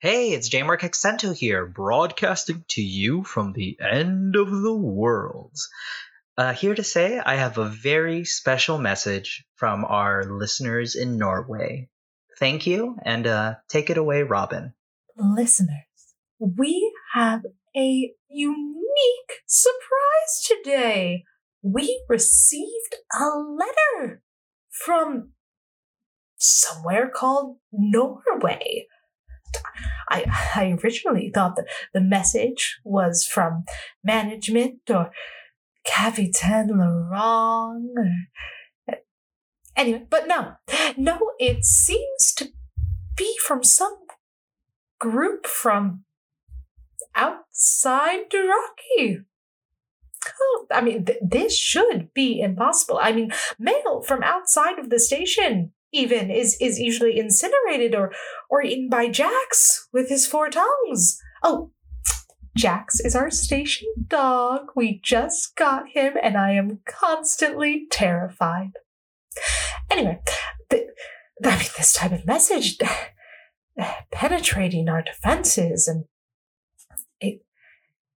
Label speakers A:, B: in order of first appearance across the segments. A: Hey, it's Jamark Accento here, broadcasting to you from the end of the world. Uh, here to say I have a very special message from our listeners in Norway. Thank you, and uh, take it away, Robin.
B: Listeners, we have a unique surprise today. We received a letter from somewhere called Norway. I, I originally thought that the message was from management or Capitaine Laurent. Or... Anyway, but no, no, it seems to be from some group from outside Duraki. Oh, I mean, th- this should be impossible. I mean, mail from outside of the station even is is usually incinerated or or eaten by Jax with his four tongues. Oh, Jax is our station dog. We just got him, and I am constantly terrified. Anyway, the, I mean, this type of message penetrating our defenses, and it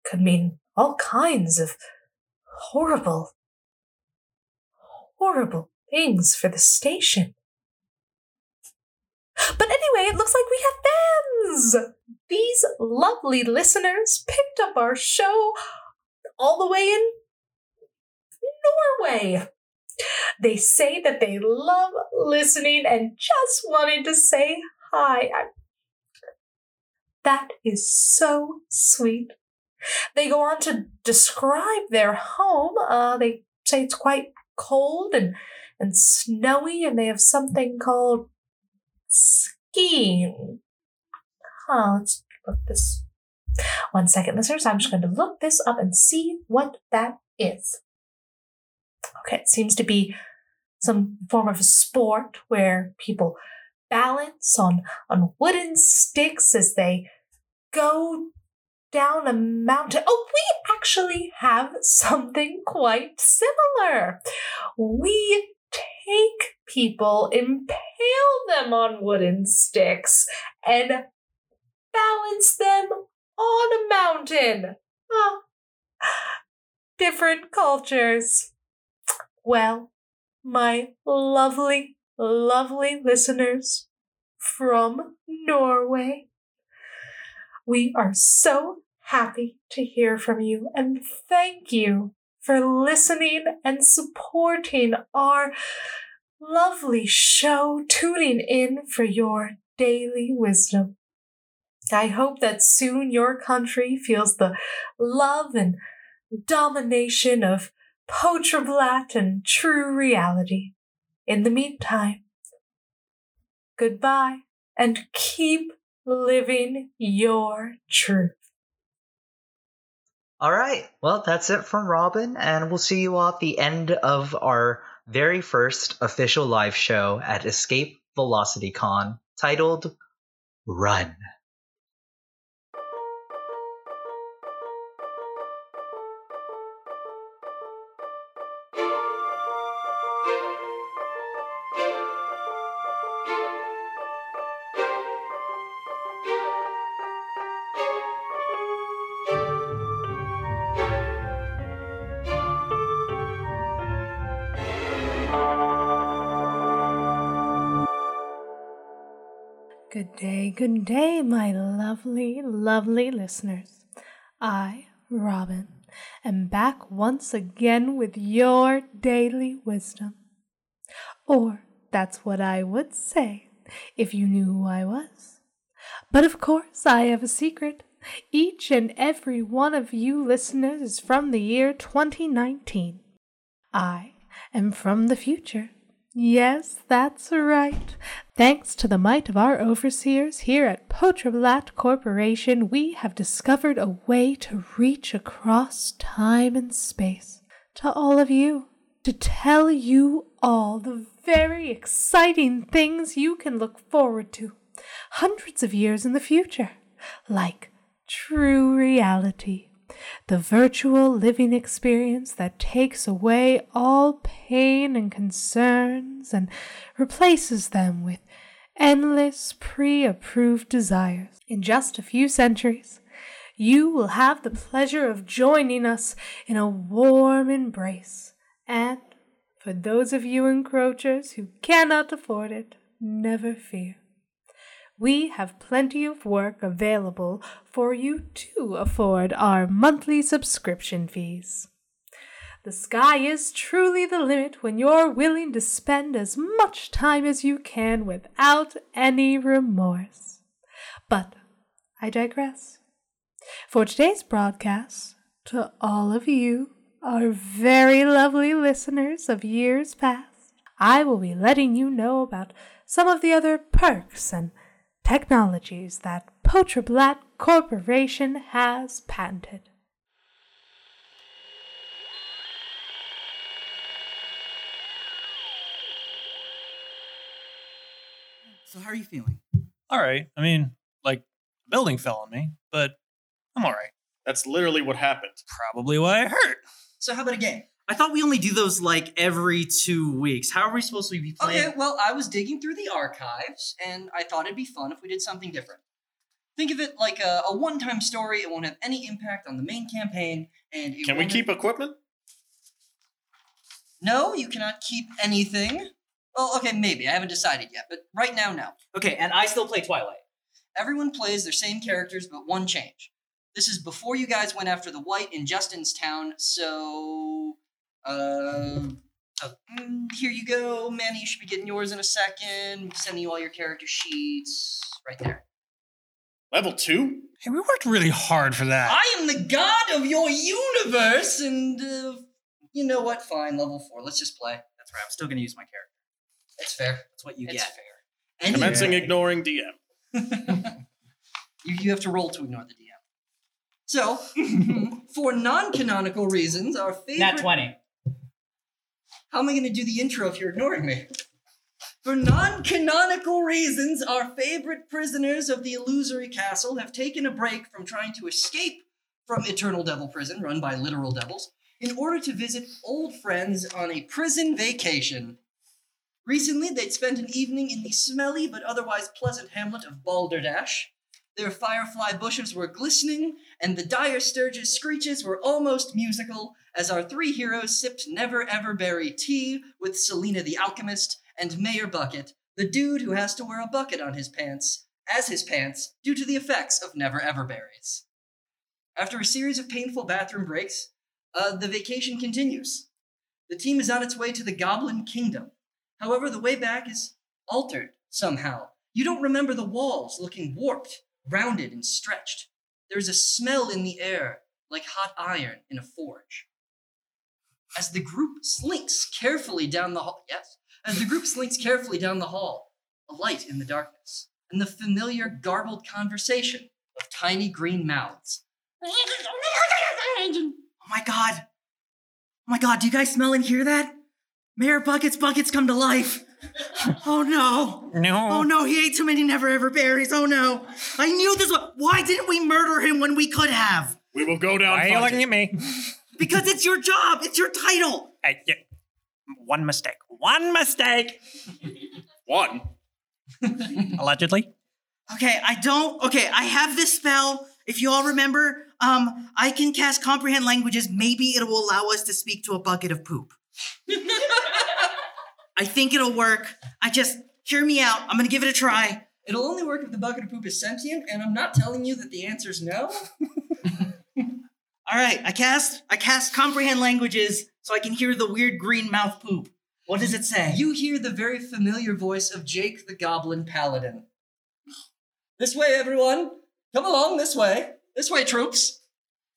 B: could mean all kinds of horrible, horrible things for the station. But anyway, it looks like we have fans! These lovely listeners picked up our show all the way in Norway. They say that they love listening and just wanted to say hi. I... That is so sweet. They go on to describe their home. Uh, they say it's quite cold and and snowy, and they have something called skiing. Huh, let's look this. One second, listeners. I'm just going to look this up and see what that is. Okay, it seems to be some form of a sport where people balance on, on wooden sticks as they go down a mountain. Oh, we actually have something quite similar. We take people, impale them on wooden sticks, and balance them on a mountain. Huh. Different cultures. Well, my lovely, lovely listeners from Norway, we are so happy to hear from you and thank you for listening and supporting our lovely show, tuning in for your daily wisdom. I hope that soon your country feels the love and domination of Potrablat and true reality. In the meantime, goodbye and keep living your truth.
A: All right. Well, that's it from Robin, and we'll see you all at the end of our very first official live show at Escape Velocity Con titled Run.
C: Good day, good day, my lovely, lovely listeners. I, Robin, am back once again with your daily wisdom. Or that's what I would say if you knew who I was. But of course, I have a secret. Each and every one of you listeners is from the year 2019. I am from the future. Yes, that's right. Thanks to the might of our overseers here at Potrablat Corporation, we have discovered a way to reach across time and space to all of you, to tell you all the very exciting things you can look forward to hundreds of years in the future, like true reality the virtual living experience that takes away all pain and concerns and replaces them with
B: endless pre approved desires. In just a few centuries, you will have the pleasure of joining us in a warm embrace. And for those of you encroachers who cannot afford it, never fear. We have plenty of work available for you to afford our monthly subscription fees. The sky is truly the limit when you're willing to spend as much time as you can without any remorse. But I digress. For today's broadcast, to all of you, our very lovely listeners of years past, I will be letting you know about some of the other perks and technologies that Potrablat Corporation has patented.
D: So how are you feeling?
E: All right. I mean, like, the building fell on me, but I'm all right.
F: That's literally what happened.
E: Probably why I hurt.
D: So how about a game?
G: I thought we only do those like every two weeks. How are we supposed to be playing?
D: Okay, well, I was digging through the archives, and I thought it'd be fun if we did something different. Think of it like a, a one-time story. It won't have any impact on the main campaign, and it
F: Can we
D: won't-
F: keep equipment?
D: No, you cannot keep anything. Well, okay, maybe I haven't decided yet, but right now, no.
G: Okay, and I still play Twilight.
D: Everyone plays their same characters, but one change. This is before you guys went after the White in Justin's town, so. Uh. uh, mm, here you go, Manny. You should be getting yours in a second. Sending you all your character sheets right there.
F: Level two?
E: Hey, we worked really hard for that.
D: I am the god of your universe, and uh, you know what? Fine, level four. Let's just play.
G: That's right. I'm still gonna use my character.
D: That's fair.
G: That's what you
D: it's
G: get.
D: fair. Anyway,
F: Commencing ignoring DM.
D: you, you have to roll to ignore the DM. So, for non-canonical reasons, our favorite.
G: Nat twenty.
D: How am I going to do the intro if you're ignoring me? For non canonical reasons, our favorite prisoners of the illusory castle have taken a break from trying to escape from Eternal Devil Prison, run by literal devils, in order to visit old friends on a prison vacation. Recently, they'd spent an evening in the smelly but otherwise pleasant hamlet of Balderdash. Their firefly bushes were glistening, and the dire sturge's screeches were almost musical as our three heroes sipped Never Ever Berry tea with Selena the Alchemist and Mayor Bucket, the dude who has to wear a bucket on his pants, as his pants, due to the effects of Never Ever Berries. After a series of painful bathroom breaks, uh, the vacation continues. The team is on its way to the Goblin Kingdom. However, the way back is altered somehow. You don't remember the walls looking warped, rounded, and stretched. There is a smell in the air like hot iron in a forge. As the group slinks carefully down the hall, yes, as the group slinks carefully down the hall, a light in the darkness, and the familiar garbled conversation of tiny green mouths.
G: Oh my god. Oh my god, do you guys smell and hear that? Mayor Bucket's buckets come to life. oh no.
E: no.
G: Oh no, he ate too many never ever berries. Oh no. I knew this was why didn't we murder him when we could have?
F: We will go down.
E: Why are you
F: fighting.
E: looking at me?
G: Because it's your job, it's your title.
E: I- yeah. One mistake. One mistake. Um,
F: One.
E: Allegedly.
G: Okay, I don't. Okay, I have this spell. If you all remember, um, I can cast comprehend languages. Maybe it will allow us to speak to a bucket of poop. I think it'll work. I just hear me out. I'm gonna give it a try.
D: It'll only work if the bucket of poop is sentient, and I'm not telling you that the answer's no.
G: All right, I cast. I cast comprehend languages so I can hear the weird green mouth poop. What does it say?
D: You hear the very familiar voice of Jake the Goblin Paladin. This way, everyone! Come along this way! This way, troops!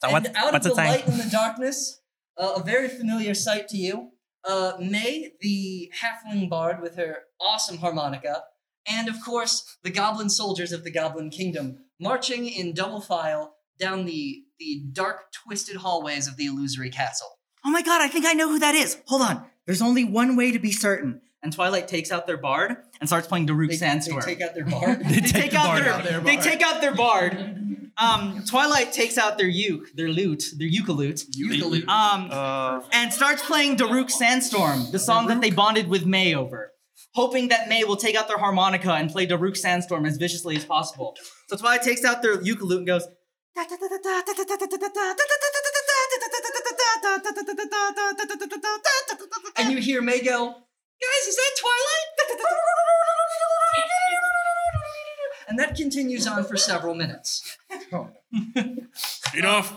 E: So
D: and
E: what,
D: out
E: what's
D: of
E: it
D: the
E: saying?
D: light and the darkness, uh, a very familiar sight to you. Uh, May, the halfling bard with her awesome harmonica, and of course the goblin soldiers of the Goblin Kingdom marching in double file down the the dark, twisted hallways of the illusory castle.
G: Oh my god, I think I know who that is. Hold on. There's only one way to be certain. And Twilight takes out their bard and starts playing Daruk
D: They, they
G: Sandstorm.
D: take out their bard.
G: They take,
E: the
G: out
E: bard.
G: their, they take out their bard. Um, Twilight takes out their uke, their lute, their ukulute,
D: Ukulute.
G: um,
E: Uh,
G: and starts playing Daruk Sandstorm, the song that they bonded with May over. hoping that May will take out their harmonica and play Daruk Sandstorm as viciously as possible. So Twilight takes out their ukulele and goes.
D: And you hear May go, guys, is that Twilight? And that continues on for several minutes.
F: Enough.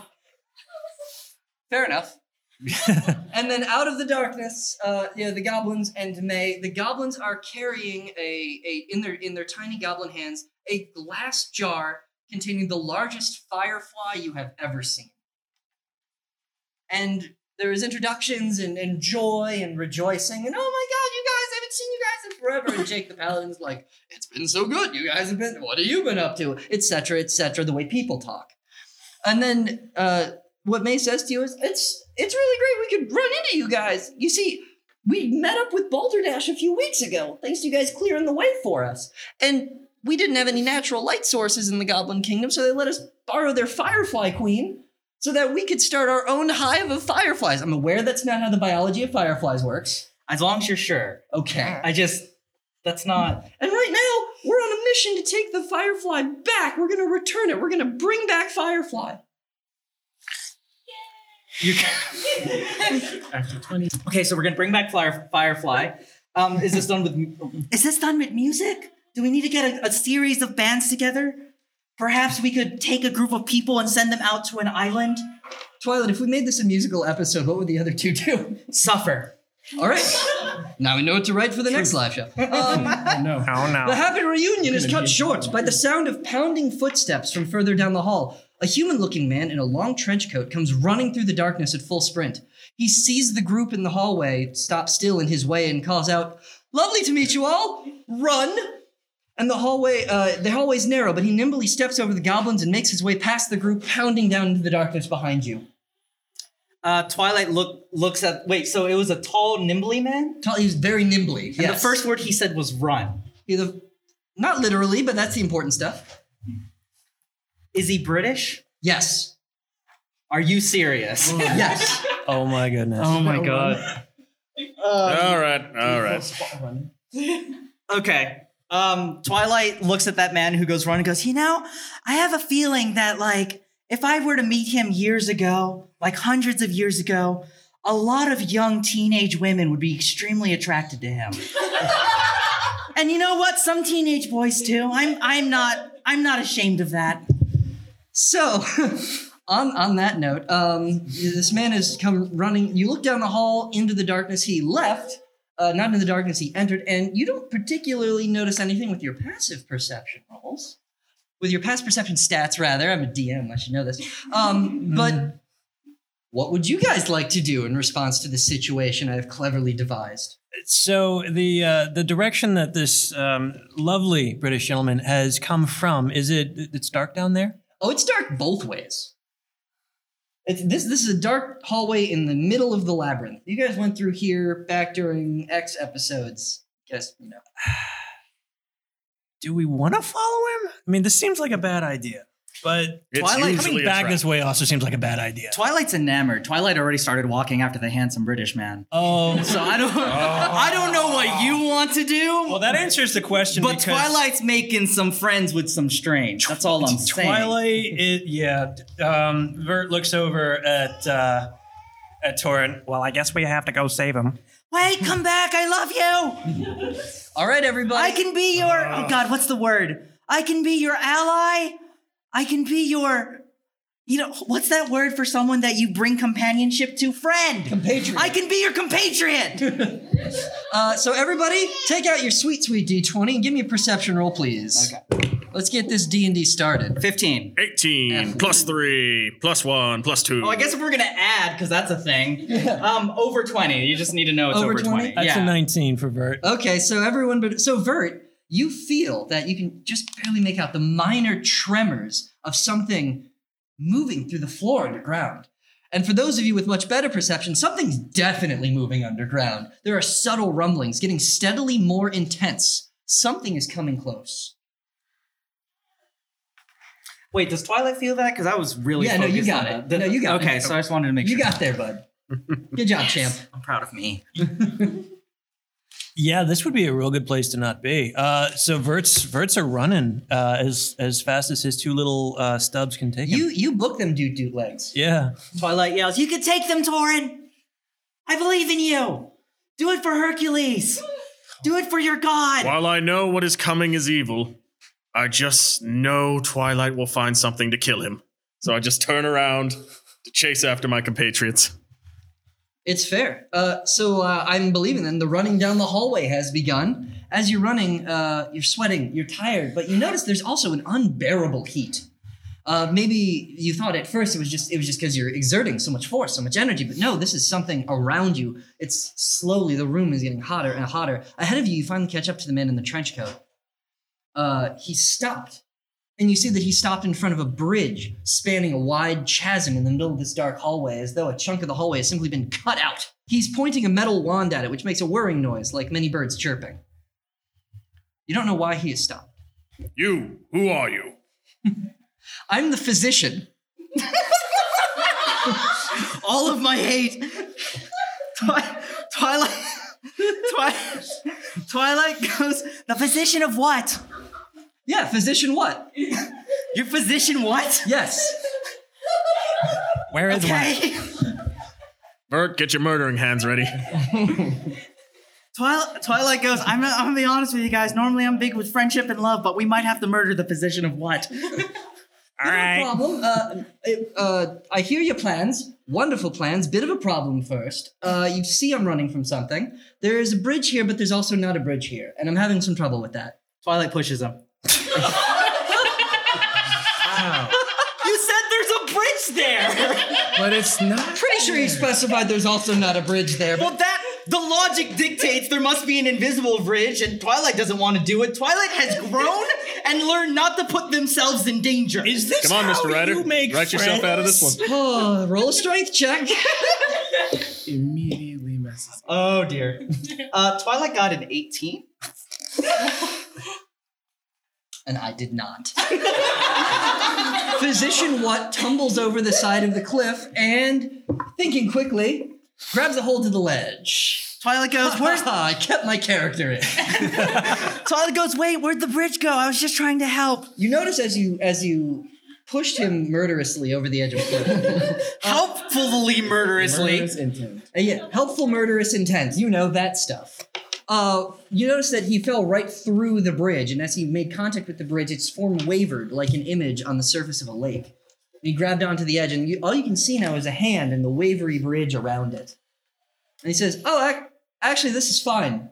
D: Fair enough. and then out of the darkness, uh, yeah, the goblins and May. The goblins are carrying a, a in their in their tiny goblin hands a glass jar containing the largest firefly you have ever seen. And there is introductions and, and joy and rejoicing and oh my god, you guys! I haven't seen you guys in forever. And Jake the Paladin's like, it's been so good. You guys have been. What have you been up to? Etc. Etc. The way people talk. And then uh, what May says to you is, it's it's really great we could run into you guys. You see, we met up with Balderdash a few weeks ago, thanks to you guys clearing the way for us. And we didn't have any natural light sources in the Goblin Kingdom, so they let us borrow their Firefly Queen so that we could start our own hive of fireflies. I'm aware that's not how the biology of fireflies works.
G: As long as you're sure.
D: Okay.
G: I just. That's not.
D: And right now, we're on a mission to take the firefly back. We're going to return it. We're going to bring back Firefly.
G: You After 20. Okay, so we're going to bring back Flyer, Firefly. Um, is this done with. Is this done with music? Do we need to get a, a series of bands together? Perhaps we could take a group of people and send them out to an island?
D: Twilight, if we made this a musical episode, what would the other two do?
G: Suffer.
D: All right. now we know what to write for the next live show. Um,
E: Oh, No. How
D: the
E: now?
D: happy reunion is cut short by the sound of pounding footsteps from further down the hall. A human looking man in a long trench coat comes running through the darkness at full sprint. He sees the group in the hallway, stops still in his way, and calls out, Lovely to meet you all! Run! And the hallway, uh, the hallway's narrow, but he nimbly steps over the goblins and makes his way past the group, pounding down into the darkness behind you.
G: Uh, Twilight look looks at. Wait, so it was a tall, nimbly man?
D: Tall- He's very nimbly.
G: And
D: yes.
G: the first word he said was run.
D: He's a- not literally, but that's the important stuff.
G: Is he British?
D: Yes.
G: Are you serious?
D: Yes.
E: Oh my goodness.
A: my god.
F: all right. All right.
G: Okay. Um, Twilight looks at that man who goes run and goes, you know, I have a feeling that like if I were to meet him years ago, like hundreds of years ago, a lot of young teenage women would be extremely attracted to him. and you know what? Some teenage boys too. I'm I'm not I'm not ashamed of that.
D: So, on on that note, um, this man has come running. You look down the hall into the darkness. He left, uh, not in the darkness. He entered, and you don't particularly notice anything with your passive perception rolls, with your past perception stats rather. I'm a DM. I should know this. Um,
G: Mm-hmm.
D: but what would you guys like to do in response to the situation I have cleverly devised?
E: So the uh, the direction that this um, lovely British gentleman has come from is it? It's dark down there.
D: Oh, it's dark both ways. It's, this this is a dark hallway in the middle of the labyrinth. You guys went through here back during X episodes. Guess you know.
E: Do we want to follow him? I mean, this seems like a bad idea. But
F: It's
E: Twilight coming
F: usually a
E: back
F: trap.
E: this way also seems like a bad idea.
G: Twilight's enamored. Twilight already started walking after the handsome British man.
E: Oh,
G: So I don't I don't know what you want to do.
E: well, that answers the question.
G: But
E: because
G: Twilight's making some friends with some strange. That's all I'm saying.
E: Twilight, is, yeah. Um, Vert looks over at uh, at Torrent. Well, I guess we have to go save him.
G: Wait, come back. I love you.
D: All right, everybody.
G: I can be your. Oh, God, what's the word? I can be your ally. I can be your. You know, what's that word for someone that you bring companionship to? Friend.
D: Compatriot.
G: I can be your compatriot.
D: uh, so everybody, take out your sweet sweet D twenty and give me a perception roll, please. Okay. Let's get this D and D started.
G: 15.
F: 18 plus 3 plus 1 plus 2.
G: Oh, I guess if we're going to add, because that's a thing, um, over 20. You just need to know it's
D: Over
G: over 20.
D: 20?
E: That's
G: yeah.
E: a nineteen for Vert.
D: Okay, so everyone, but so Vert, you feel that you can just barely make out the minor tremors of something moving through the floor underground. And for those of you with much better perception, something's definitely moving underground. There are subtle rumblings getting steadily more intense. Something is coming close.
G: Wait, does Twilight feel that? Because I was really
D: Yeah, no, you
G: focused
D: got
G: on
D: it.
G: that.
D: No, you got it.
G: Okay, so I just wanted to make
D: You
G: sure.
D: got there, bud. Good job, champ.
G: I'm proud of me.
E: Yeah, this would be a real good place to not be. Uh, so Verts Verts are running uh, as as fast as his two little uh, stubs can take him.
G: You you book them, dude, dude legs.
E: yeah,
G: Twilight yells, "You can take them, Torin! I believe in you. Do it for Hercules. Do it for your god."
F: While I know what is coming is evil, I just know Twilight will find something to kill him. So I just turn around to chase after my compatriots.
D: It's fair. Uh, so uh, I'm believing them. The running down the hallway has begun. As you're running, uh, you're sweating, you're tired, but you notice there's also an unbearable heat. Uh, maybe you thought at first it was just it was just because you're exerting so much force, so much energy, but no, this is something around you. It's slowly the room is getting hotter and hotter. Ahead of you, you finally catch up to the man in the trench coat. Uh, he stopped, and you see that he stopped in front of a bridge spanning a wide chasm in the middle of this dark hallway, as though a chunk of the hallway has simply been cut out. He's pointing a metal wand at it, which makes a whirring noise like many birds chirping. You don't know why he has stopped.
F: You, who are you?
D: I'm the physician.
G: all of my hate. Twi- Twilight. Twi- Twilight goes, the physician of what?
D: Yeah, physician what?
G: Your physician what?
D: Yes.
E: where is one?
G: Okay.
F: Bert, get your murdering hands ready.
G: Twilight, Twilight goes, I'm, I'm gonna be honest with you guys. Normally I'm big with friendship and love, but we might have to murder the physician of what?
E: All
D: No
E: right,
D: problem. Uh, it- uh, I hear your plans. Wonderful plans. Bit of a problem first. Uh, you see, I'm running from something. There is a bridge here, but there's also not a bridge here, and I'm having some trouble with that.
G: Twilight pushes him. You said there's a bridge there!
H: But it's not.
D: Pretty sure you specified there's also not a bridge there.
G: well, that. The logic dictates there must be an invisible bridge, and Twilight doesn't want to do it. Twilight has grown and learned not to put themselves in danger.
E: is this
F: Come on,
E: how
F: Mr. Ryder.
E: You
F: Write
E: make
F: yourself out of this
E: friends?
F: one.
D: Oh, roll a strength check.
H: Immediately messes.
G: Oh dear. Uh, Twilight got an 18.
D: and I did not. Physician Watt tumbles over the side of the cliff and, thinking quickly, grabs a hold to the ledge. Ah,
G: Twilight goes, where's
D: I kept my character in.
G: Twilight goes, wait, where'd the bridge go? I was just trying to help.
D: You notice as you as you pushed him murderously over the edge of the cliff.
G: Helpfully murderously.
H: Murderous intent.
D: Uh, yeah, helpful, murderous intent. You know that stuff. Uh, you notice that he fell right through the bridge, and as he made contact with the bridge, its form wavered like an image on the surface of a lake. He grabbed onto the edge, and you, all you can see now is a hand and the wavery bridge around it. And he says, "Oh, ac- actually, this is fine.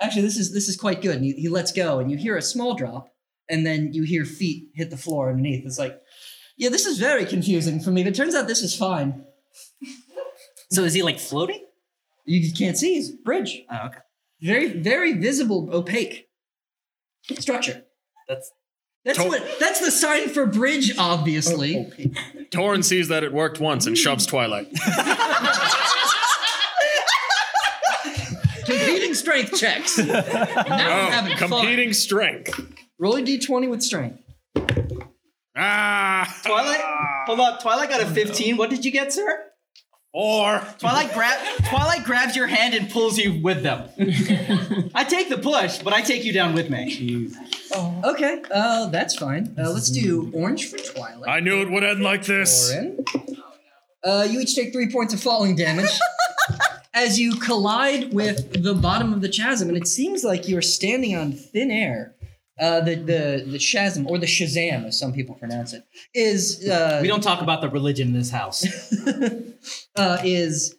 D: Actually, this is this is quite good." And he, he lets go, and you hear a small drop, and then you hear feet hit the floor underneath. It's like, yeah, this is very confusing for me, but it turns out this is fine.
G: So is he like floating?
D: You can't see his bridge.
G: Oh, okay.
D: very very visible opaque structure
G: That's
D: that's
F: To-
D: what that's the sign for bridge obviously
F: Torrin sees that it worked once and shoves Twilight.
D: competing strength checks now i'm
G: Oh,
D: having
F: Oh, competing
D: fun
F: strength.
D: roll a d20 with strength
F: Ah,
G: Twilight? Hold up, Twilight got a 15. What did you get, sir?
F: or
G: Twilight grab Twilight grabs your hand and pulls you with them. I take the push, but I take you down with me.
D: okay uh that's fine uh, let's do orange for twilight
F: I knew it would end like this.
D: Oren. uh you each take three points of falling damage as you collide with the bottom of the chasm and it seems like you're standing on thin air uh, the, the the chasm or the Shazam, as some people pronounce it, is uh,
G: We don't talk about the religion in this house.
D: uh, is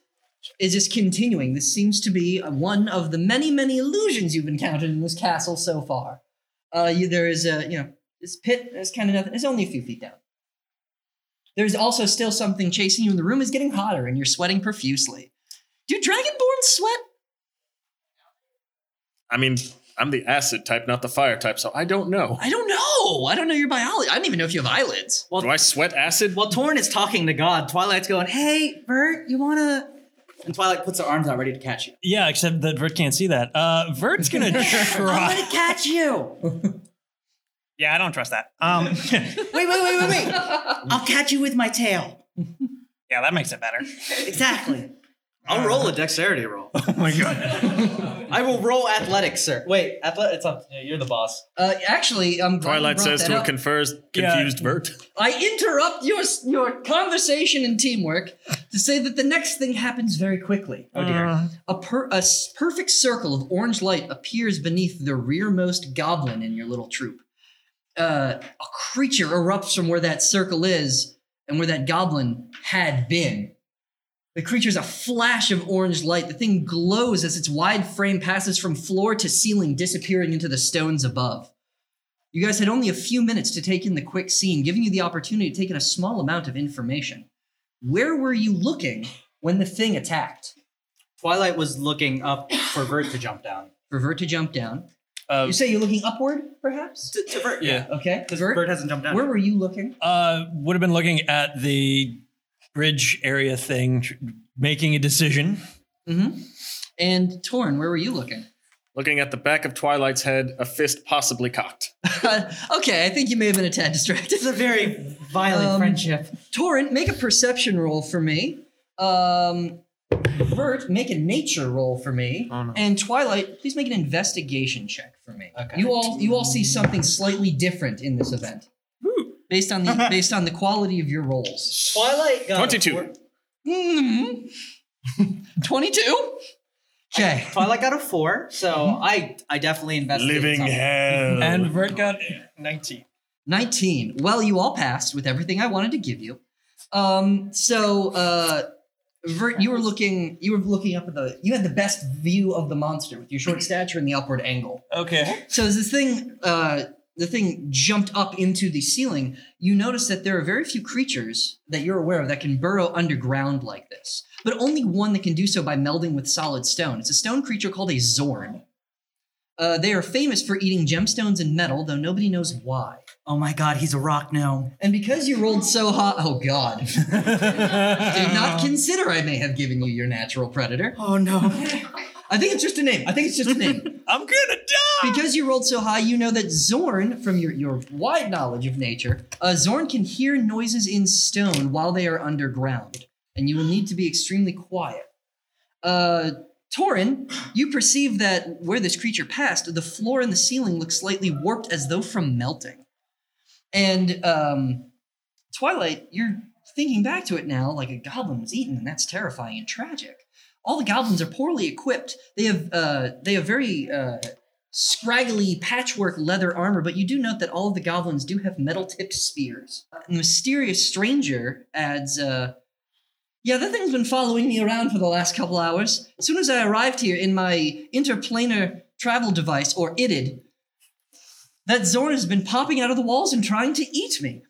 D: is just continuing. This seems to be one of the many, many illusions you've encountered in this castle so far. Uh, you, there is a you know this pit. There's kind of nothing. It's only a few feet down. There's also still something chasing you, and the room is getting hotter, and you're sweating profusely. Do dragonborn sweat?
F: I mean, I'm the acid type, not the fire type, so I don't know.
D: I don't know. I don't know your biology. I don't even know if you have eyelids.
F: Do I sweat acid?
G: While Torn is talking to God, Twilight's going, "Hey, Bert, you wanna?" And Twilight puts her arms out, ready to catch you.
E: Yeah, except that Vert can't see that. Uh, Vert's gonna
G: I'm
E: try.
G: gonna catch you. Wait,
E: yeah, I don't trust that. Um,
G: wait, wait, wait, wait. I'll catch you with my tail.
E: yeah, that makes it better.
G: Exactly. I'll roll a dexterity roll.
E: Oh my god.
G: I will roll athletics, sir. Wait, athletics. It's up. You're the boss.
D: Uh, actually, I'm glad you
F: Twilight
D: brought
F: says
D: that
F: to a
D: up.
F: confers,
E: Yeah.
F: confused Bert.
D: I interrupt your your conversation and teamwork to say that the next thing happens very quickly.
E: Oh dear.
D: A, per, a s- perfect circle of orange light appears beneath the rearmost goblin in your little troop. Uh, a creature erupts from where that circle is and where that goblin had been. The creature's a flash of orange light. The thing glows as its wide frame passes from floor to ceiling, disappearing into the stones above. You guys had only a few minutes to take in the quick scene, giving you the opportunity to take in a small amount of information. Where were you looking when the thing attacked?
G: Twilight was looking up for Vert to jump down.
D: Revert to jump down.
E: Uh,
D: You say you're looking upward, perhaps?
G: To, to Vert,
E: yeah.
D: Okay.
G: Because
D: Vert,
G: Vert hasn't jumped down.
D: where were you looking?
E: Uh, would have been looking at the bridge area thing, tr- making a decision.
D: Mm-hmm. And Torn, where were you looking?
F: Looking at the back of Twilight's head, a fist possibly cocked.
D: okay, I think you may have been a tad distracted.
G: This is a very violent
D: Um,
G: friendship.
D: Torrent, make a perception roll for me. Um, Vert, make a nature roll for me.
F: Oh, no.
D: And Twilight, please make an investigation check for me. Okay. You all you all see something slightly different in this event. Based on the based on the quality of your rolls.
G: Twilight got a
F: 22.
G: four-
D: Mhm. 22? Okay.
G: Twilight got a four, so I I definitely investigated.
F: Living
G: something.
F: hell.
E: And Vert got 19.
D: 19. Well, you all passed with everything I wanted to give you. Um, so uh Vert, you were looking you were looking up at the you had the best view of the monster with your short stature and the upward angle.
E: Okay.
D: So as this thing, uh, the thing jumped up into the ceiling, you notice that there are very few creatures that you're aware of that can burrow underground like this, but only one that can do so by melding with solid stone. It's a stone creature called a Zorn. Uh, they are famous for eating gemstones and metal, though nobody knows why.
G: Oh my god, he's a rock gnome.
D: And because you rolled so hot, oh god, did not consider I may have given you your natural predator.
G: Oh no.
D: I think it's just a name. I think it's just a name.
E: I'm gonna die!
D: because you rolled so high, you know that Zorn, from your, your wide knowledge of nature, uh, Zorn can hear noises in stone while they are underground, and you will need to be extremely quiet. Uh, Torin, you perceive that where this creature passed, the floor and the ceiling look slightly warped as though from melting. And um, Twilight, you're thinking back to it now like a goblin was eaten, and that's terrifying and tragic. All the goblins are poorly equipped. They have uh, they have very uh, scraggly patchwork leather armor, but you do note that all of the goblins do have metal tipped spears. The mysterious stranger adds, uh, Yeah, that thing's been following me around for the last couple hours. As soon as I arrived here in my interplanar travel device, or ITID, that Zorn has been popping out of the walls and trying to eat me.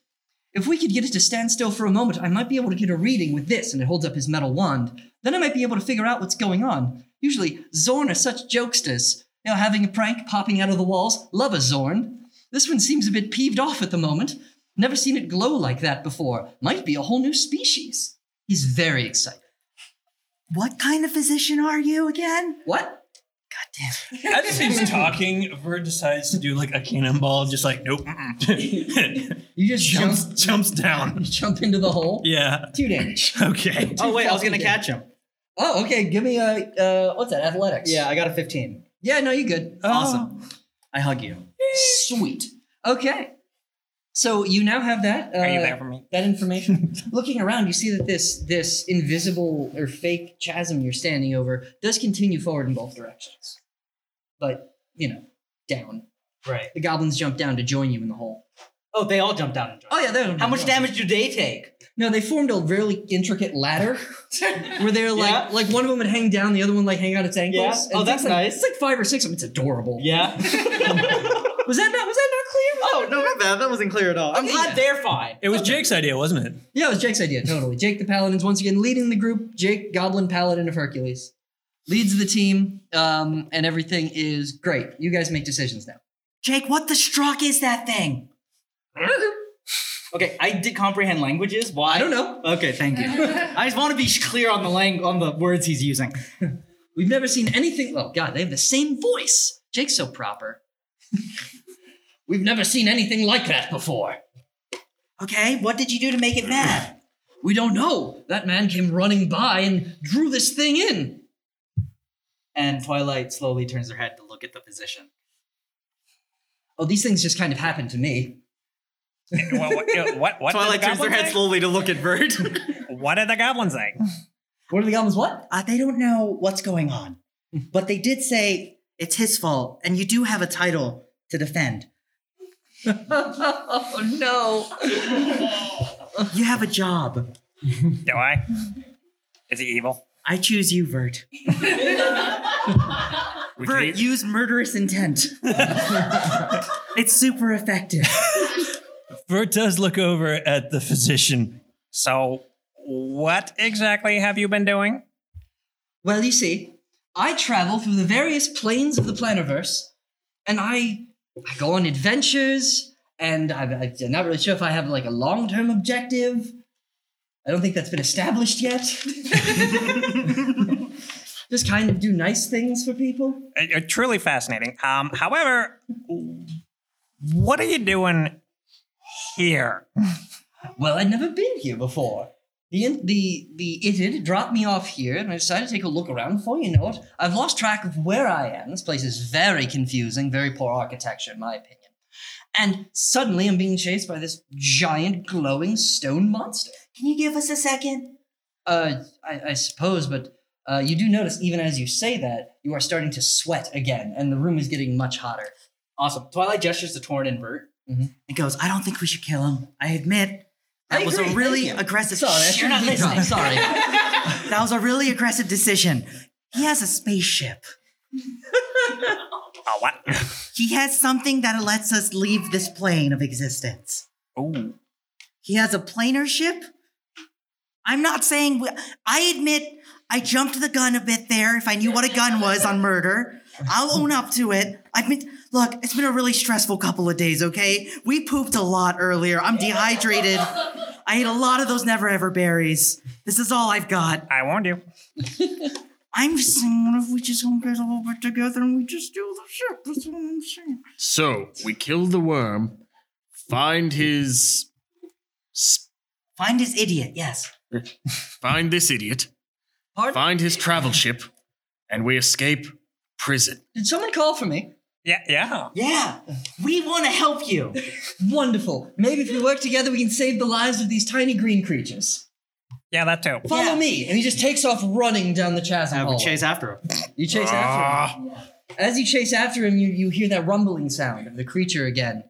D: If we could get it to stand still for a moment, I might be able to get a reading with this, and it holds up his metal wand. Then I might be able to figure out what's going on. Usually, Zorn are such jokesters. You know, having a prank popping out of the walls. Love a Zorn. This one seems a bit peeved off at the moment. Never seen it glow like that before. Might be a whole new species. He's very excited.
G: What kind of physician are you again?
D: What?
E: As he's talking, Vert decides to do like a cannonball, just like, nope. mm-mm.
D: You just jump,
E: jumps, jumps down.
D: jump into the hole?
E: Yeah.
D: Two damage.
E: Okay.
G: Oh wait, I was
D: fucking
G: gonna
D: dead.
G: catch him.
D: Oh, okay. Give me a, uh, what's that, athletics?
G: Yeah, I got a 15.
D: Yeah, no, you're good.
E: oh.
G: Awesome. I hug you.
D: Sweet. Okay. So you now have that. Uh,
E: Are you there for me?
D: that information. Looking around, you see that this this invisible or fake chasm you're standing over does continue forward in both directions, but you know, down.
G: Right.
D: The goblins jump down to join you in the hole.
G: Oh, they all jumped down and joined.
D: Oh yeah, they're
G: How much damage do they take?
D: No, they formed a really intricate ladder where they're like
G: Yeah.
D: like one of them would hang down, the other one like hang out its ankles.
G: Yeah. Oh,
D: it's
G: that's
D: like-
G: nice.
D: It's like five or six of them. It's adorable.
G: Yeah.
D: Was that not was that not clear?
G: oh no, my bad. That wasn't clear at all. I'm
D: Okay,
G: glad
D: yeah.
G: they're fine.
E: It was Jake's idea, wasn't it?
D: Yeah, it was Jake's idea, totally. Jake the Paladin's once again leading the group. Jake, Goblin Paladin of Hercules, leads the team, um, and everything is great. You guys make decisions now.
G: Jake, what the struck is that thing? Okay, I did comprehend languages. Why?
D: I don't know.
G: Okay, thank you. I just want to be clear on the lang- on the words he's using.
D: We've never seen anything. Oh, God, they have the same voice. Jake's so proper. We've never seen anything like that before.
G: Okay, what did you do to make it mad?
D: We don't know. That man came running by and drew this thing in.
G: And Twilight slowly turns her head to look at the physician.
D: Oh, these things just kind of happened to me.
E: what, what, what, what
G: Twilight
E: did the
G: turns her
E: goblin
G: head
E: say?
G: slowly to look at Bird.
E: What did the goblin say?
D: What are the goblins? What?
G: uh, they don't know what's going on, but they did say it's his fault, and you do have a title to defend.
D: oh no!
G: You have a job.
E: Do I? Is he evil?
G: I choose you, Vert.
F: We can
G: Vert,
F: eat-
G: use murderous intent. it's super effective.
E: Bert does look over at the physician. So, what exactly have you been doing?
D: well, you see, I travel through the various planes of the planiverse, and I I go on adventures, and I, I'm not really sure if I have like a long term objective. I don't think that's been established yet. Just kind of do nice things for people.
E: Uh, uh, truly fascinating. Um, however, what are you doing here?
D: Well, I'd never been here before. The in- the the itid dropped me off here, and I decided to take a look around. Before you know it, I've lost track of where I am. This place is very confusing, very poor architecture, in my opinion. And suddenly, I'm being chased by this giant glowing stone monster.
G: Can you give us a second?
D: Uh, I, I suppose, but uh, you do notice, even as you say that, you are starting to sweat again, and the room is getting much hotter.
G: Awesome. Twilight gestures to Torn and Vert.
D: Mhm.
G: And goes, I don't think we should kill him. I admit. That
D: I
G: was
D: agree,
G: a really
D: thank you.
G: aggressive.
D: Sorry, I
G: Shh, you're not
D: shouldn't have
G: listening.
D: interrupted. Sorry.
G: That was a really aggressive decision. He has a spaceship.
E: Oh, what?
G: He has something that lets us leave this plane of existence.
E: Ooh.
G: He has a planar ship. I'm not saying, we- I admit I jumped the gun a bit there if I knew what a gun was on murder. I'll own up to it. I've been, look, it's been a really stressful couple of days, okay? We pooped a lot earlier. I'm dehydrated. I ate a lot of those never ever berries. This is all I've got.
E: I warned you.
G: I'm just saying, what if we just don't get a little bit together and we just do the ship? That's what I'm saying.
F: So we kill the worm, find his, s-
G: Find his idiot, yes.
F: find this idiot,
D: Pardon?
F: find his travel ship, and we escape prison.
D: Did someone call for me?
E: Yeah, yeah.
G: Yeah, we want to help you.
D: Wonderful. Maybe if we work together, we can save the lives of these tiny green creatures.
E: Yeah, that too.
D: Follow
G: Yeah.
D: me. And he just takes off running down the chasm. hallway.
G: after him.
D: You chase after him. As you chase after him, you, you hear that rumbling sound of the creature again.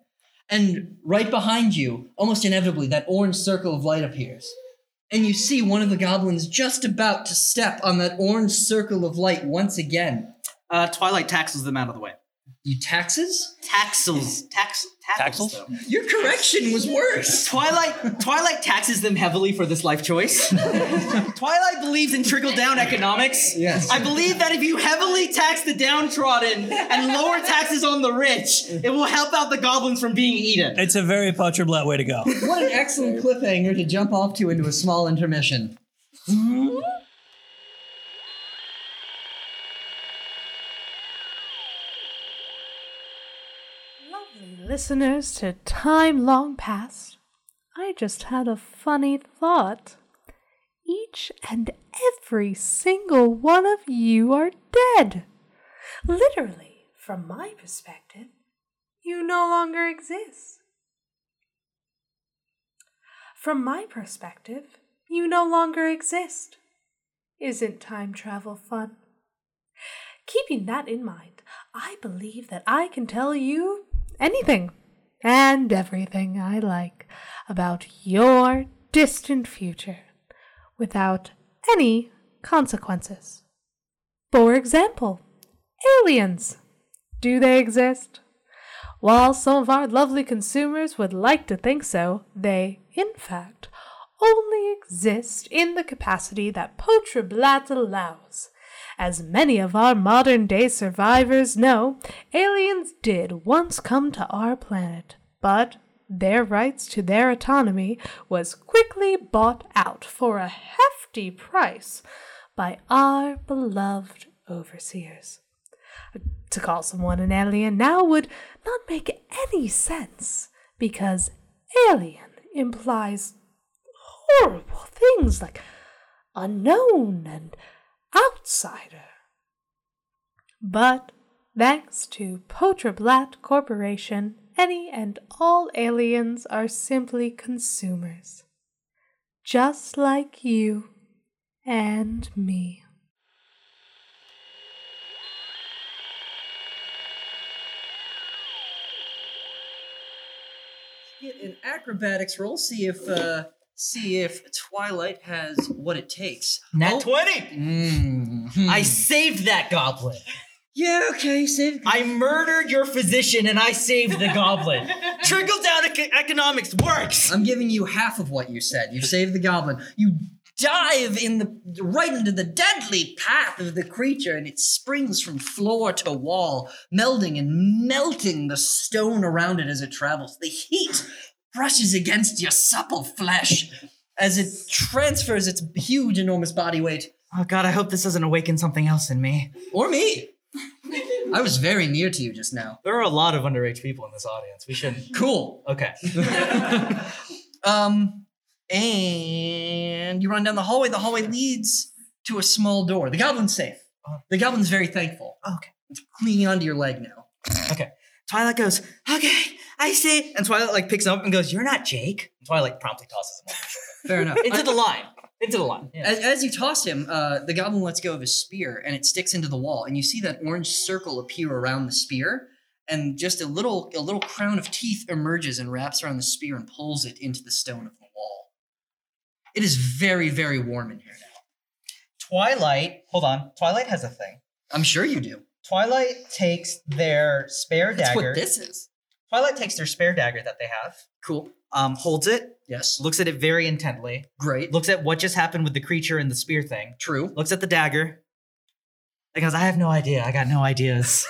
D: And right behind you, almost inevitably, that orange circle of light appears. And you see one of the goblins just about to step on that orange circle of light once again.
G: Uh, Twilight taxes them out of the way.
D: You taxes?
G: Taxels. Tax, taxels. them.
D: Your correction was worse.
G: Twilight Twilight taxes them heavily for this life choice. Twilight believes in trickle down economics.
D: Yes.
G: I believe that if you heavily tax the downtrodden and lower taxes on the rich, it will help out the goblins from being eaten.
E: It's a very Potter Blatt way to go.
D: What an excellent cliffhanger to jump off to into a small intermission.
B: Lovely listeners to Time Long Past, I just had a funny thought. Each and every single one of you are dead. Literally, from my perspective, you no longer exist. From my perspective, you no longer exist. Isn't time travel fun? Keeping that in mind, I believe that I can tell you anything and everything I like about your distant future without any consequences. For example, aliens. Do they exist? While some of our lovely consumers would like to think so, they, in fact, only exist in the capacity that Potre Blatt allows. As many of our modern day survivors know, aliens did once come to our planet, but their rights to their autonomy was quickly bought out for a hefty price by our beloved overseers. To call someone an alien now would not make any sense because alien implies horrible things like unknown and outsider. But thanks to Potreblat Corporation, any and all aliens are simply consumers. Just like you and me.
D: Get an acrobatics roll. See if uh, see if Twilight has what it takes.
G: Nat
D: Oh,
G: 20! I saved that goblin.
D: yeah. Okay. Save.
G: I murdered your physician and I saved the goblin. Trickle down eco- economics works!
D: I'm giving you half of what you said. You saved the goblin. You dive in the right into the deadly path of the creature, and it springs from floor to wall, melding and melting the stone around it as it travels. The heat brushes against your supple flesh as it transfers its huge, enormous body weight.
G: Oh god, I hope this doesn't awaken something else in me.
D: Or me. I was very near to you just now.
G: There are a lot of underage people in this audience. We shouldn't.
D: Cool.
G: Okay.
D: Um, and you run down the hallway. The hallway leads to a small door. The goblin's safe. The goblin's very thankful.
G: Oh. Okay.
D: It's clinging onto your leg now.
G: Twilight goes, okay, I see. And Twilight like picks him up and goes, You're not Jake. And Twilight promptly tosses him off.
D: Fair enough.
G: into the line. Into the line.
D: as, as you toss him, uh, the goblin lets go of his spear and it sticks into the wall. And you see that orange circle appear around the spear, and just a little a little crown of teeth emerges and wraps around the spear and pulls it into the stone of the wall. It is very very warm in here now.
G: Twilight, hold on. Twilight has a thing.
D: I'm sure you do.
G: Twilight takes their spare
D: That's
G: dagger.
D: what this is.
G: Twilight takes their spare dagger that they have,
D: Cool.
G: um, holds it,
D: Yes.
G: looks at it very intently,
D: Great.
G: looks at what just happened with the creature and the spear thing,
D: True.
G: looks at the dagger, and goes, I have no idea. I got no ideas.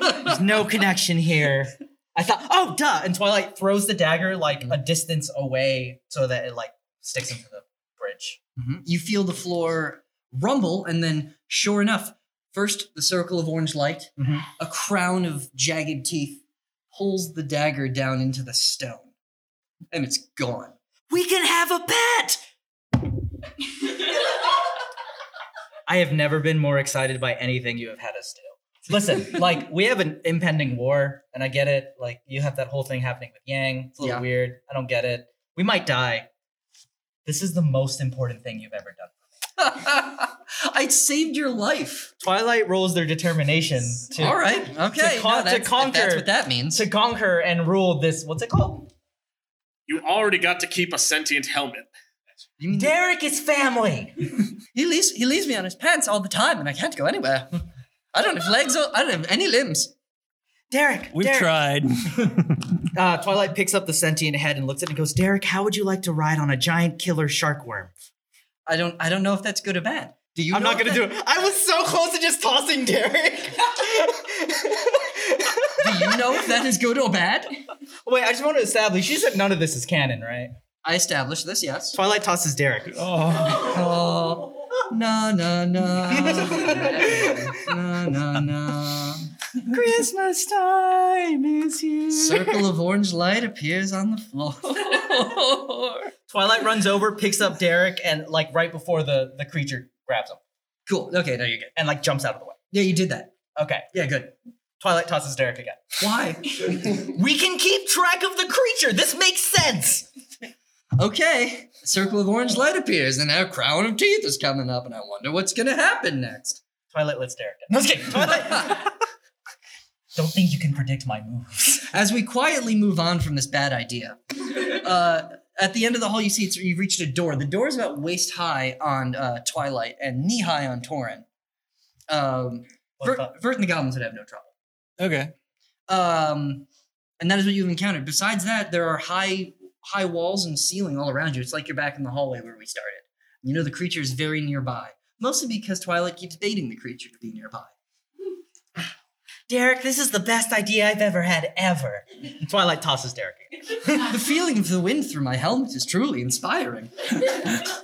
G: There's no connection here. I thought, oh, duh. And Twilight throws the dagger like a distance away so that it like sticks into the bridge.
D: Mhm. You feel the floor rumble, and then, sure enough, first the circle of orange light,
G: Mhm.
D: a crown of jagged teeth pulls the dagger down into the stone, and it's gone.
G: We can have a pet! I have never been more excited by anything you have had us do. Listen, like, we have an impending war, and I get it. Like, you have that whole thing happening with Yang. It's a little
D: Yeah.
G: weird. I don't get it. We might die. This is the most important thing you've ever done.
D: I saved your life.
G: Twilight rolls their determination to,
D: All right. Okay.
G: con- to
D: that's, if That's
G: conquer-
D: what that means.
G: to conquer and rule this. What's it called?
F: You already got to keep a sentient helmet.
D: You mean-
G: Derek is family.
D: he leaves. He leaves me on his pants all the time, and I can't go anywhere. I don't have legs. Or, I don't have any limbs.
G: Derek.
E: We've
G: Derek.
E: tried.
G: Uh, Twilight picks up the sentient head and looks at it and goes, Derek, how would you like to ride on a giant killer shark worm?
D: I don't. I don't know if that's good or bad. Do you?
G: I'm
D: know
G: not
D: if
G: gonna
D: that-
G: do it. I was so close to just tossing Derek.
D: Do you know if that is good or bad?
G: Wait, I just want to establish. You said none of this is canon, right?
D: I established this, yes.
G: Twilight tosses Derek.
E: Oh,
D: Oh, na na na. na na na.
G: Christmas time is here.
D: Circle of orange light appears on the floor.
G: Twilight runs over, picks up Derek, and like right before the the creature grabs him
D: cool. Okay, now you're good.
G: and like jumps out of the way.
D: Yeah, you did that.
G: Okay.
D: Yeah, good.
G: Twilight tosses Derek again.
D: Why?
G: We can keep track of the creature. This makes sense.
D: Okay. Circle of orange light appears, and our crown of teeth is coming up, and I wonder what's gonna happen next.
G: Twilight lets Derek down. No, just kidding. Twilight. Don't think you can predict my moves.
D: As we quietly move on from this bad idea, uh, at the end of the hall, you see it's, you've reached a door. The door is about waist high on uh, Twilight and knee high on Torin. Um, Vert, Vert and the goblins would have no trouble.
E: okay.
D: Um, and that is what you've encountered. Besides that, there are high high walls and ceiling all around you. It's like you're back in the hallway where we started. You know the creature is very nearby, mostly because Twilight keeps baiting the creature to be nearby.
G: Derek, this is the best idea I've ever had ever. Twilight tosses Derek. again.
D: the feeling of the wind through my helmet is truly inspiring.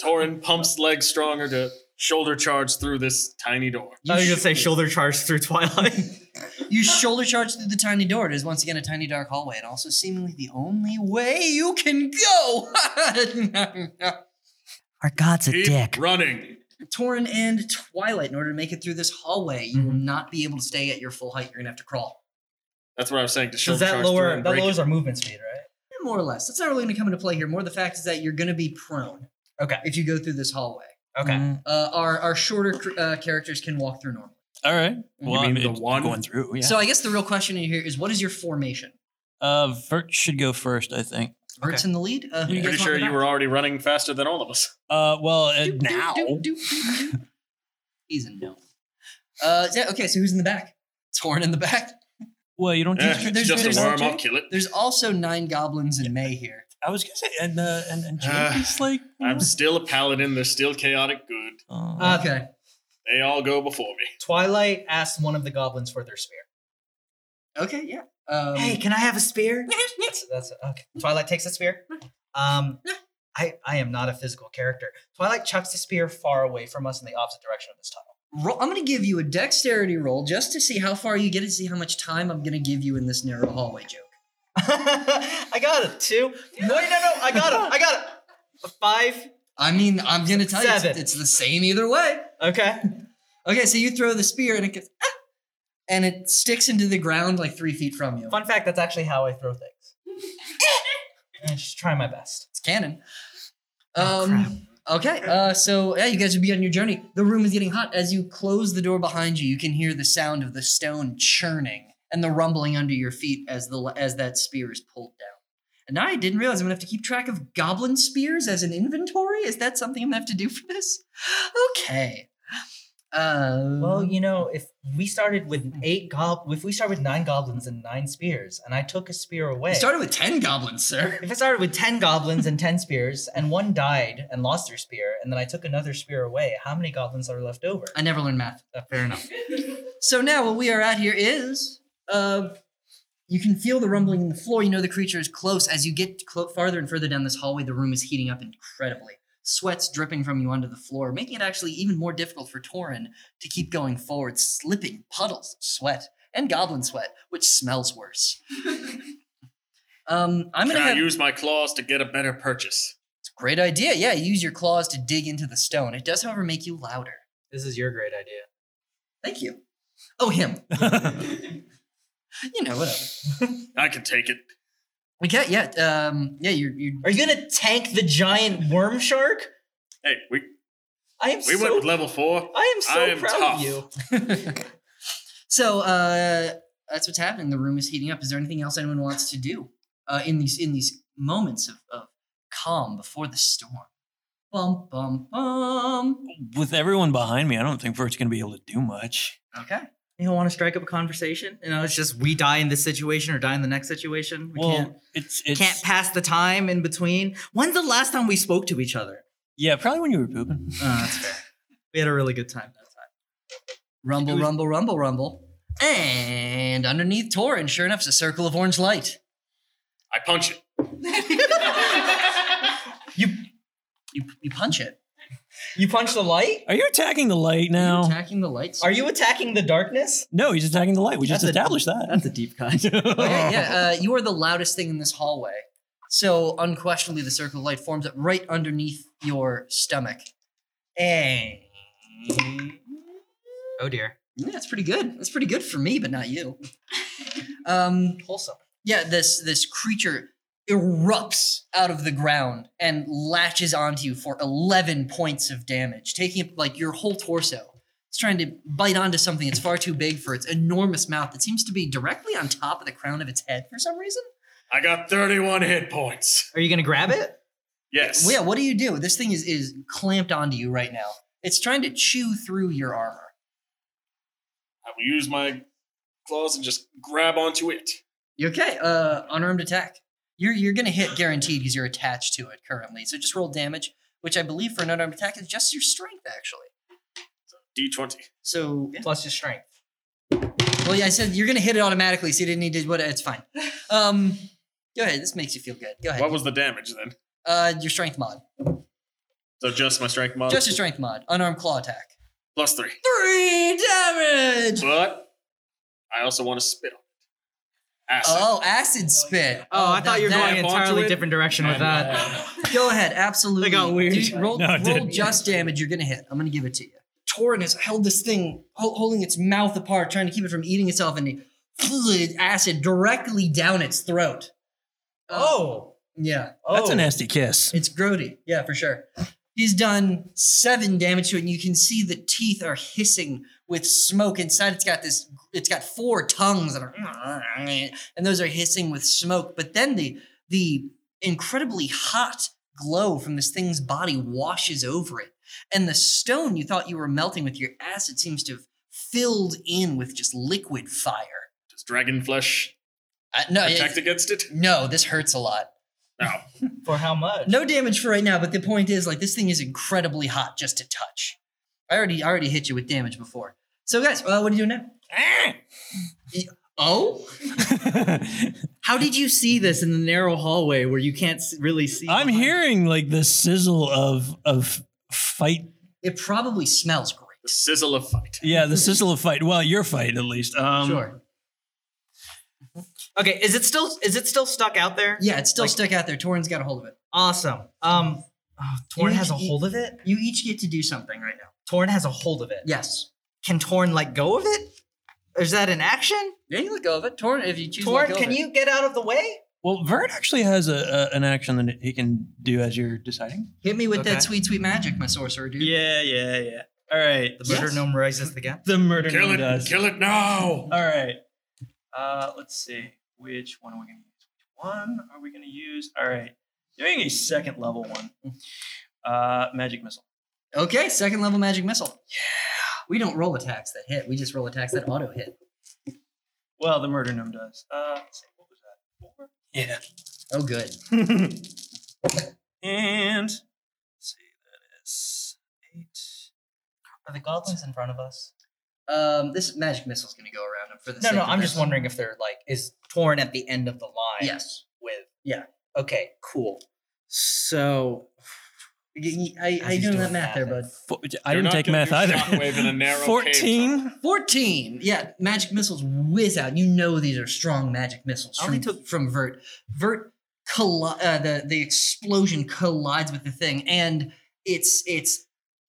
F: Torin pumps legs stronger to shoulder charge through this tiny door.
G: I was gonna say shoulder charge through Twilight.
D: You shoulder charge through the tiny door. It is once again a tiny dark hallway, and also seemingly the only way you can go.
G: Our god's a
F: Keep
G: dick.
F: running.
D: Torin and Twilight, in order to make it through this hallway, you
G: Mm-hmm.
D: will not be able to stay at your full height. You're gonna have to crawl.
F: That's what I was saying. To
H: Does
F: shoulder
H: that
F: charge through
H: lower
F: and
H: that
F: break
H: lowers
F: it.
H: our movement speed, right?
D: Yeah, more or less. That's not really gonna come into play here. More the fact is that you're gonna be prone
H: Okay.
D: if you go through this hallway.
H: Okay.
E: Mm,
D: Uh, our our shorter cr- uh, characters can walk through normally.
E: all right. Well,
F: mean
E: I'm
F: the one?
E: going through. Yeah.
D: So I guess the real question in here is, what is your formation?
E: uh, Vert should go first, I think.
D: Bert's in the lead. Uh, who
E: You guys
D: you
F: Pretty
D: guys want
F: sure
D: to go
F: you were already running faster than all of us.
E: Uh, well, uh,
D: back? Do, do,
E: now.
D: do, do, do, do. He's a no. Uh, yeah, okay, so who's in the back? Torn in the back.
E: Well, you don't.
F: Eh,
E: teach-
D: there's-
F: just
D: there's
F: a
D: no
F: worm. I'll
D: change?
F: kill it.
D: There's also nine goblins in May here.
E: I was gonna say, and uh, and and
F: Uh,
E: Jamie's like,
F: I'm still a paladin. They're still chaotic good.
E: Oh.
H: Uh,
D: Okay.
F: They all go before me.
H: Twilight asked one of the goblins for their spear.
D: Okay, yeah. Um,
G: Hey, can I have a spear?
H: So that's okay. Twilight takes the spear. Um, I I am not a physical character. Twilight chucks the spear far away from us in the opposite direction of this tunnel.
D: roll, I'm going to give you a dexterity roll just to see how far you get and see how much time I'm going to give you in this narrow hallway joke.
H: I got it. Two. No, no, no. no, I got it. I got it. A Five.
D: I mean, I'm going to tell you,
H: Seven.
D: it's, it's the same either way.
H: Okay.
D: Okay, so you throw the spear and it goes, ah, and it sticks into the ground like three feet from you.
H: Fun fact: That's actually how I throw things. I just try my best.
D: It's canon.
G: Oh,
D: Um, okay, uh, so yeah, you guys would be on your journey. The room is getting hot. As you close the door behind you, you can hear the sound of the stone churning and the rumbling under your feet as the as that spear is pulled down. And now I didn't realize I'm gonna have to keep track of goblin spears as an inventory. Is that something I'm gonna have to do for this? Okay. Um,
H: Well, you know, if we started with eight gob, if we start with nine goblins and nine spears, and I took a spear away.
D: it started with ten goblins, sir.
H: if it started with 10 goblins and 10 spears and one died and lost their spear and then i took another spear away how many goblins are left over
D: I never learned math. Uh, fair enough. so now what we are at here is uh, you can feel the rumbling in the floor. You know the creature is close. As you get clo- farther and further down this hallway, the room is heating up incredibly. Sweat's dripping from you onto the floor, making it actually even more difficult for Torin to keep going forward, slipping puddles of sweat and goblin sweat, which smells worse. um, I'm
F: Can
D: gonna
F: I
D: have
F: use my claws to get a better purchase?
D: great idea. Yeah, use your claws to dig into the stone. It does, however, make you louder.
H: this is your great idea
D: Thank you. Oh, him. you know, whatever.
F: I can take it.
D: Okay, yeah, um, yeah, you're, you're
H: are you gonna tank the giant worm shark
F: Hey, we
H: i am
F: we
H: so
F: went with level four.
H: i am so
F: I am
H: proud
F: tough.
H: of you
D: so uh, that's what's happening. The room is heating up. Is there anything else anyone wants to do uh, in these in these moments of, of calm before the storm? Bum bum bum.
E: with everyone behind me, I don't think Vert's gonna be able to do much.
D: Okay.
G: You don't want to strike up a conversation? You know, it's just we die in this situation or die in the next situation. We
E: well,
G: can't,
E: it's it's
G: can't pass the time in between. When's the last time we spoke to each other?
E: yeah, probably when you were pooping.
H: Uh,
G: Oh, that's fair. We had a really good time that time.
D: Rumble, rumble, rumble, rumble. And underneath Torin, sure enough, is a circle of orange light.
F: I punch it.
D: You you punch it.
H: you punch the light
E: Are you attacking the light
D: Are
E: now?
D: you attacking the lights.
H: are you attacking the darkness
E: no, he's attacking the light. We just
G: That's a-
E: established that.
G: That's a deep cut.
D: Okay, yeah, uh, you are the loudest thing in this hallway. So unquestionably, the circle of light forms up right underneath your stomach. Hey.
H: oh dear
D: Yeah, that's pretty good. That's pretty good for me, but not you. Um,
H: wholesome
D: yeah, this this creature erupts out of the ground and latches onto you for 11 points of damage, taking up like your whole torso. It's trying to bite onto something that's far too big for its enormous mouth that seems to be directly on top of the crown of its head for some reason.
F: I got 31 hit points.
H: are you gonna grab it
F: Yes.
D: Well, yeah, what do you do? This thing is is clamped onto you right now. It's trying to chew through your armor.
F: I will use my claws and just grab onto it.
D: You okay? Uh, unarmed attack. You're you're gonna hit guaranteed because you're attached to it currently. So just roll damage, which I believe for an unarmed attack is just your strength actually.
F: D20.
D: So yeah.
H: plus your strength
D: well, yeah, I said you're gonna hit it automatically, so you didn't need to. What? It's fine. Um, go ahead. This makes you feel good. Go ahead.
F: What was the damage then?
D: uh your strength mod?
F: So just my strength mod.
D: Just your strength mod. Unarmed claw attack.
F: plus three.
D: Three damage.
F: But I also want to spit on Acid.
D: Oh, acid spit.
H: Oh, I thought you were
D: that-
H: going
D: that-
F: onto
H: entirely
F: it?
H: different direction with that.
D: Go ahead, absolutely.
H: That got weird.
D: Dude, roll
E: No, it
D: roll
E: didn't.
D: just damage. You're gonna hit. I'm gonna give it to you. Torin has held this thing, hol- holding its mouth apart, trying to keep it from eating itself, and he acid directly down its throat.
H: Oh,
D: yeah,
E: That's a nasty kiss.
D: it's grody. Yeah, for sure. He's done seven damage to it, and you can see the teeth are hissing with smoke inside. It's got this. It's got four tongues that are, and those are hissing with smoke. But then the the incredibly hot glow from this thing's body washes over it, and the stone you thought you were melting with your acid seems to have filled in with just liquid fire.
F: Does dragon flesh
D: Uh,
H: Oh,
D: no, it-
F: protect against it?
D: no, this hurts a lot.
F: No.
H: for how much?
D: No damage for right now, but the point is, like, this thing is incredibly hot just to touch. I already, I already hit you with damage before. So, guys, uh, what are you doing now? Y- oh,
G: How did you see this in the narrow hallway where you can't s- really see?
E: I'm
G: behind you?
E: hearing like the sizzle of of fight.
D: it probably smells great.
F: The sizzle of fight.
E: Yeah, the sizzle of fight. Well, your fight at least. Um,
D: sure.
H: Okay, is it still is it still stuck out there?
D: Yeah, it's still
H: like-
D: stuck out there. Torin's got a hold of it.
H: Awesome. Um, oh, Torn
D: You-
H: has a
D: you-
H: hold of it.
D: You each get to do something right now.
H: Torn has a hold of it.
D: Yes.
H: Can Torn let go of it? Is that an action?
D: Yeah, you let go of it. Torin, if you choose to let
H: Torn,
D: go of
H: can
D: it.
H: you get out of the way?
E: Well, Vern actually has a, a an action that he can do as you're deciding.
D: Hit me with
H: Okay.
D: that sweet, sweet magic, my sorcerer dude.
H: Yeah, yeah, yeah. All right. The murder
D: Yes.
H: gnome rises the gap.
E: The murder
F: Kill it. Kill it now.
E: All right. Uh, let's see. Which one are we going to use? Which one are we going to use? All right. Doing a second level one. Uh, magic missile.
D: Okay, second level magic missile. Yeah. We don't roll attacks that hit. We just roll attacks that auto hit.
E: Well, the murder gnome does. Uh, let's see. What was that? Four? Yeah.
D: Oh, good.
E: And let's see. That is eight.
H: Are the goblins in front of us?
D: Um, this magic missile's gonna go around him for the
H: No,
D: sake
H: no.
D: of
H: I'm
D: this.
H: just wondering if they're like is Torn at the end of the line.
D: Yes.
H: With
D: Yeah.
H: Okay. Cool.
G: So
D: Y- y- How
H: He's
D: you doing that
H: doing
D: math there, bud?
E: Four, I
F: You're
E: didn't
F: not
E: take
F: gonna
E: math
F: do shockwave in a narrow
E: either.
F: cave
E: Fourteen.
D: Fourteen. Yeah, magic missiles whiz out. You know these are strong magic missiles.
H: I only
D: From, took- from Vert. Vert colli- uh, the the explosion collides with the thing, and it's it's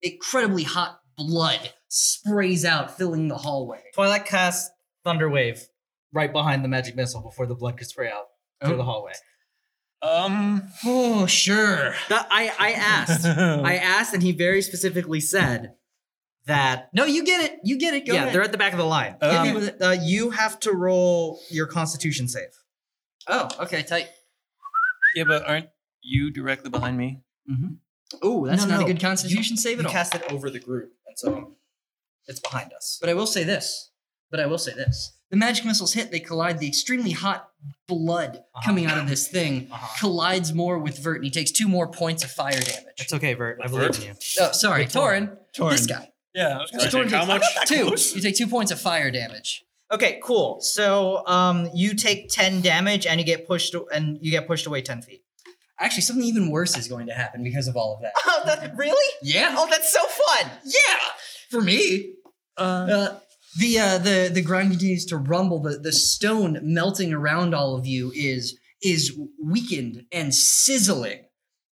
D: incredibly hot blood sprays out, filling the hallway.
H: Twilight casts Thunderwave right behind the magic missile before the blood could spray out through
D: Oh.
H: the hallway.
E: Um.
D: Oh, sure.
G: that, I I asked, I asked, and he very specifically said that.
D: No, you get it. You get it. Go
H: yeah,
D: ahead.
H: they're at the back of the line.
E: Um,
H: Hit me with it. Uh, you have to roll your Constitution save.
D: Oh, okay, tight.
E: yeah, but aren't you directly behind me?
D: Oh, that's
H: No,
D: not
H: no.
D: a good Constitution save at
H: You
D: all.
H: cast it over the group, and so it's behind us.
D: But I will say this. But I will say this. The magic missiles hit, they collide. The extremely hot blood coming out of this thing
H: Uh-huh.
D: collides more with Vert, and he takes two more points of fire damage.
H: It's okay, Vert. I believe in you.
D: Oh, sorry, Torin. This guy.
E: Yeah. I was gonna
F: Right,
E: say-
F: Nick, how much?
D: Two. You take two points of fire damage.
H: Okay, cool. So um, you take ten damage, and you get pushed, and you get pushed away ten feet.
D: Actually, something even worse is going to happen because of all of that.
H: Oh, that, really?
D: Yeah.
H: Oh, that's so fun.
D: Yeah. For me.
E: Uh,
D: Uh, the uh, the the ground continues to rumble. The the stone melting around all of you is is weakened and sizzling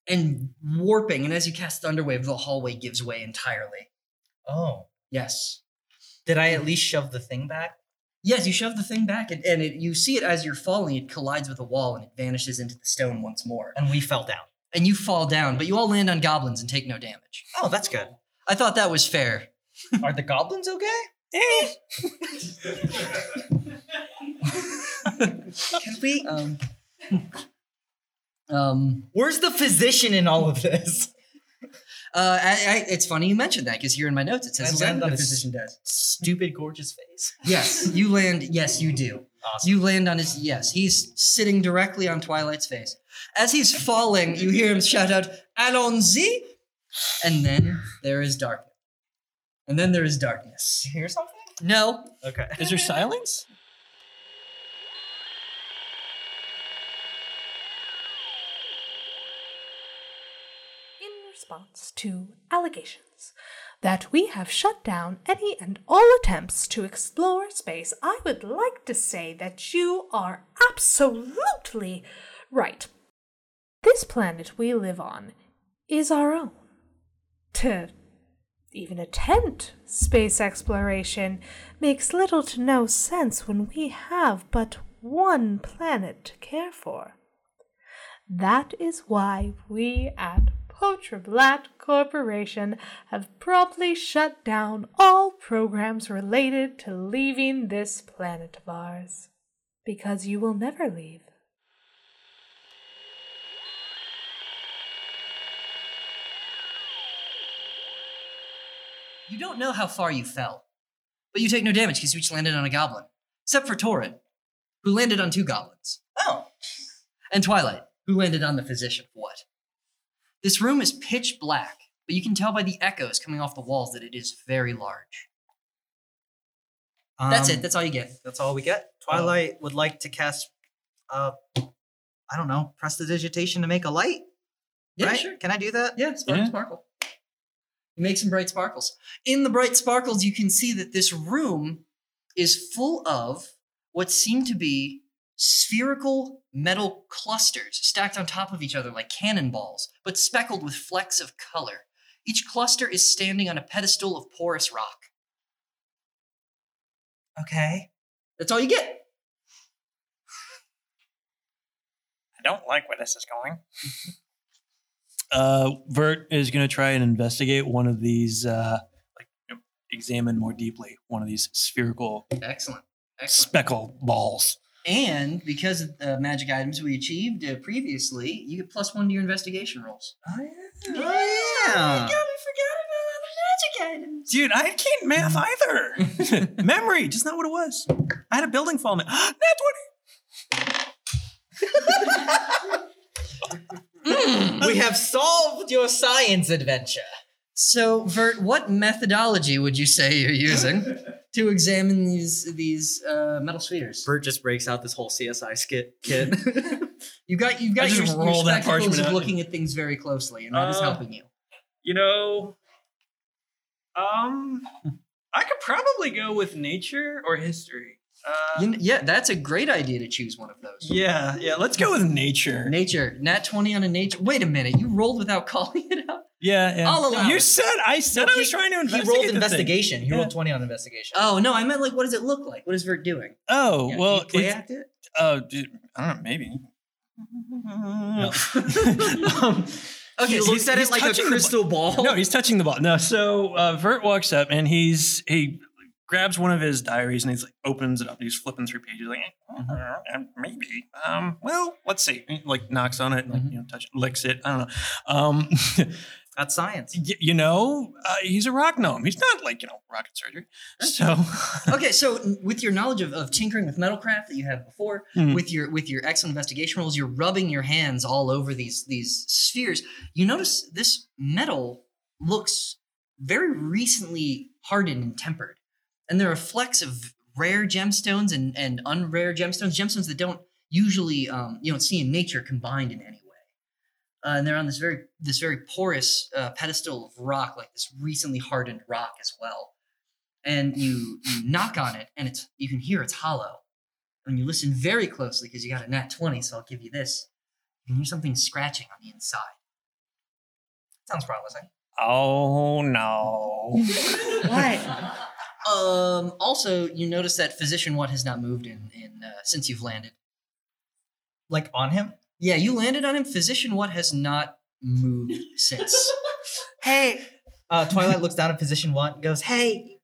D: and warping. And as you cast Thunderwave, the hallway gives way entirely.
H: Oh,
D: Yes.
H: did I at least shove the thing back?
D: Yes, you shove the thing back, and, and it, you see it as you're falling. It collides with a wall, and it vanishes into the stone once more.
H: And we fell down.
D: And you fall down, but you all land on goblins and take no damage.
H: Oh, that's good.
D: I thought that was fair.
H: Are the goblins okay? Eh.
G: Can we?
D: Um, um,
H: Where's the physician in all of this?
D: uh, I, I, it's funny you mentioned that because here in my notes it says
H: I
D: exactly
H: land on
D: what the
H: his-
D: physician does.
H: Stupid, gorgeous face.
D: Yes, you land. Yes, you do.
H: Awesome.
D: You land on his. Yes, he's sitting directly on Twilight's face. As he's falling, you hear him shout out, Allons-y! And then there is darkness. And then there is darkness.
H: Did you hear something?
D: No,
H: Okay.
E: is there silence?
B: Inner response to allegations that we have shut down any and all attempts to explore space, I would like to say that you are absolutely right. This planet we live on is our own. To even attempt space exploration makes little to no sense when we have but one planet to care for. That is why we at Potra Blatt Corporation have promptly shut down all programs related to leaving this planet of ours. Because you will never leave.
D: You don't know how far you fell, but you take no damage because you each landed on a goblin, except for Torin, who landed on two goblins. Oh. And Twilight, who landed on the physician. What? This room is pitch black, but you can tell by the echoes coming off the walls that it is very large. That's
G: Um,
D: it. That's all you get.
G: That's all we get. Twilight would like to cast, uh, I don't know, prestidigitation to make a light.
D: Yeah,
G: right?
D: sure.
G: Can I do that?
D: Yeah, sparkle,
E: Yeah.
D: sparkle. You make some bright sparkles. In the bright sparkles, you can see that this room is full of what seem to be spherical metal clusters stacked on top of each other like cannonballs, but speckled with flecks of color. Each cluster is standing on a pedestal of porous rock.
G: Okay.
D: That's all you get.
E: I don't like where this is going. uh, Vert is going to try and investigate one of these, uh, like you know, examine more deeply one of these spherical
D: Excellent. Excellent.
E: speckle balls.
D: And because of the magic items we achieved uh, previously, you get plus one to your investigation rolls.
G: Oh, yeah. yeah.
E: Dude, I can't math either. Memory, just not what it was. I had a building fall. That's what.
D: Hmm.
G: We have solved your science adventure.
D: So, Vert, what methodology would you say you're using to examine these these uh, metal spheres?
G: Bert just breaks out this whole CSI skit kid.
D: You got you got
E: I just
D: your, your
E: roll that
D: spectacles
E: parchment
D: of
E: out.
D: looking at things very closely, and that is
E: Uh,
D: helping you.
E: You know, um, I could probably go with nature or history. Uh,
D: You kn- yeah, that's a great idea to choose one of those.
E: yeah, yeah. Let's go with nature.
D: Nature, nat twenty on a nature. Wait a minute, you rolled without calling it out.
E: yeah, yeah.
D: I'll allow
E: you
D: it.
E: said I said I was trying to
G: he
E: investigate.
G: rolled
E: the thing.
G: investigation. He
E: Yeah.
G: rolled 20 on investigation.
D: Oh no, I meant like, what does it look like? What is Vert doing?
E: Oh
D: Yeah, do
E: well,
D: you play
E: it's-
D: act it.
E: Oh, dude, I don't know. Maybe. um,
D: Okay,
E: He
D: so
E: looks at it like a crystal
D: ball.
E: no, he's touching the ball. No, so uh, Vert walks up and he's he grabs one of his diaries and he's like "Oh, opens it up. He's flipping through pages like eh, uh, maybe. Um, well, let's see. And, Like knocks on it and like you know touch licks it. I don't know. Um,
G: That's science.
E: y- you know uh, he's a rock gnome. He's not like you know rocket surgery. So
D: okay, so n- with your knowledge of, of tinkering with metalcraft that you had before,
E: Hmm.
D: with your with your excellent investigation rolls, you're rubbing your hands all over these these spheres. You notice this metal looks very recently hardened and tempered, and there are flecks of rare gemstones and and unrare gemstones, gemstones that don't usually um, you don't see in nature combined in any way. Uh, and they're on this very this very porous uh, pedestal of rock, like this recently hardened rock as well and you, you knock on it and it's you can hear it's hollow and you listen very closely because you got a nat 20 so i'll give you this you can hear something scratching on the inside sounds promising
E: oh no.
D: what um also you notice that physician one has not moved in in uh, since you've landed
G: Like on him?
D: yeah you landed on him physician one has not moved since
G: Hey. Uh, Twilight looks down at position one and goes, Hey,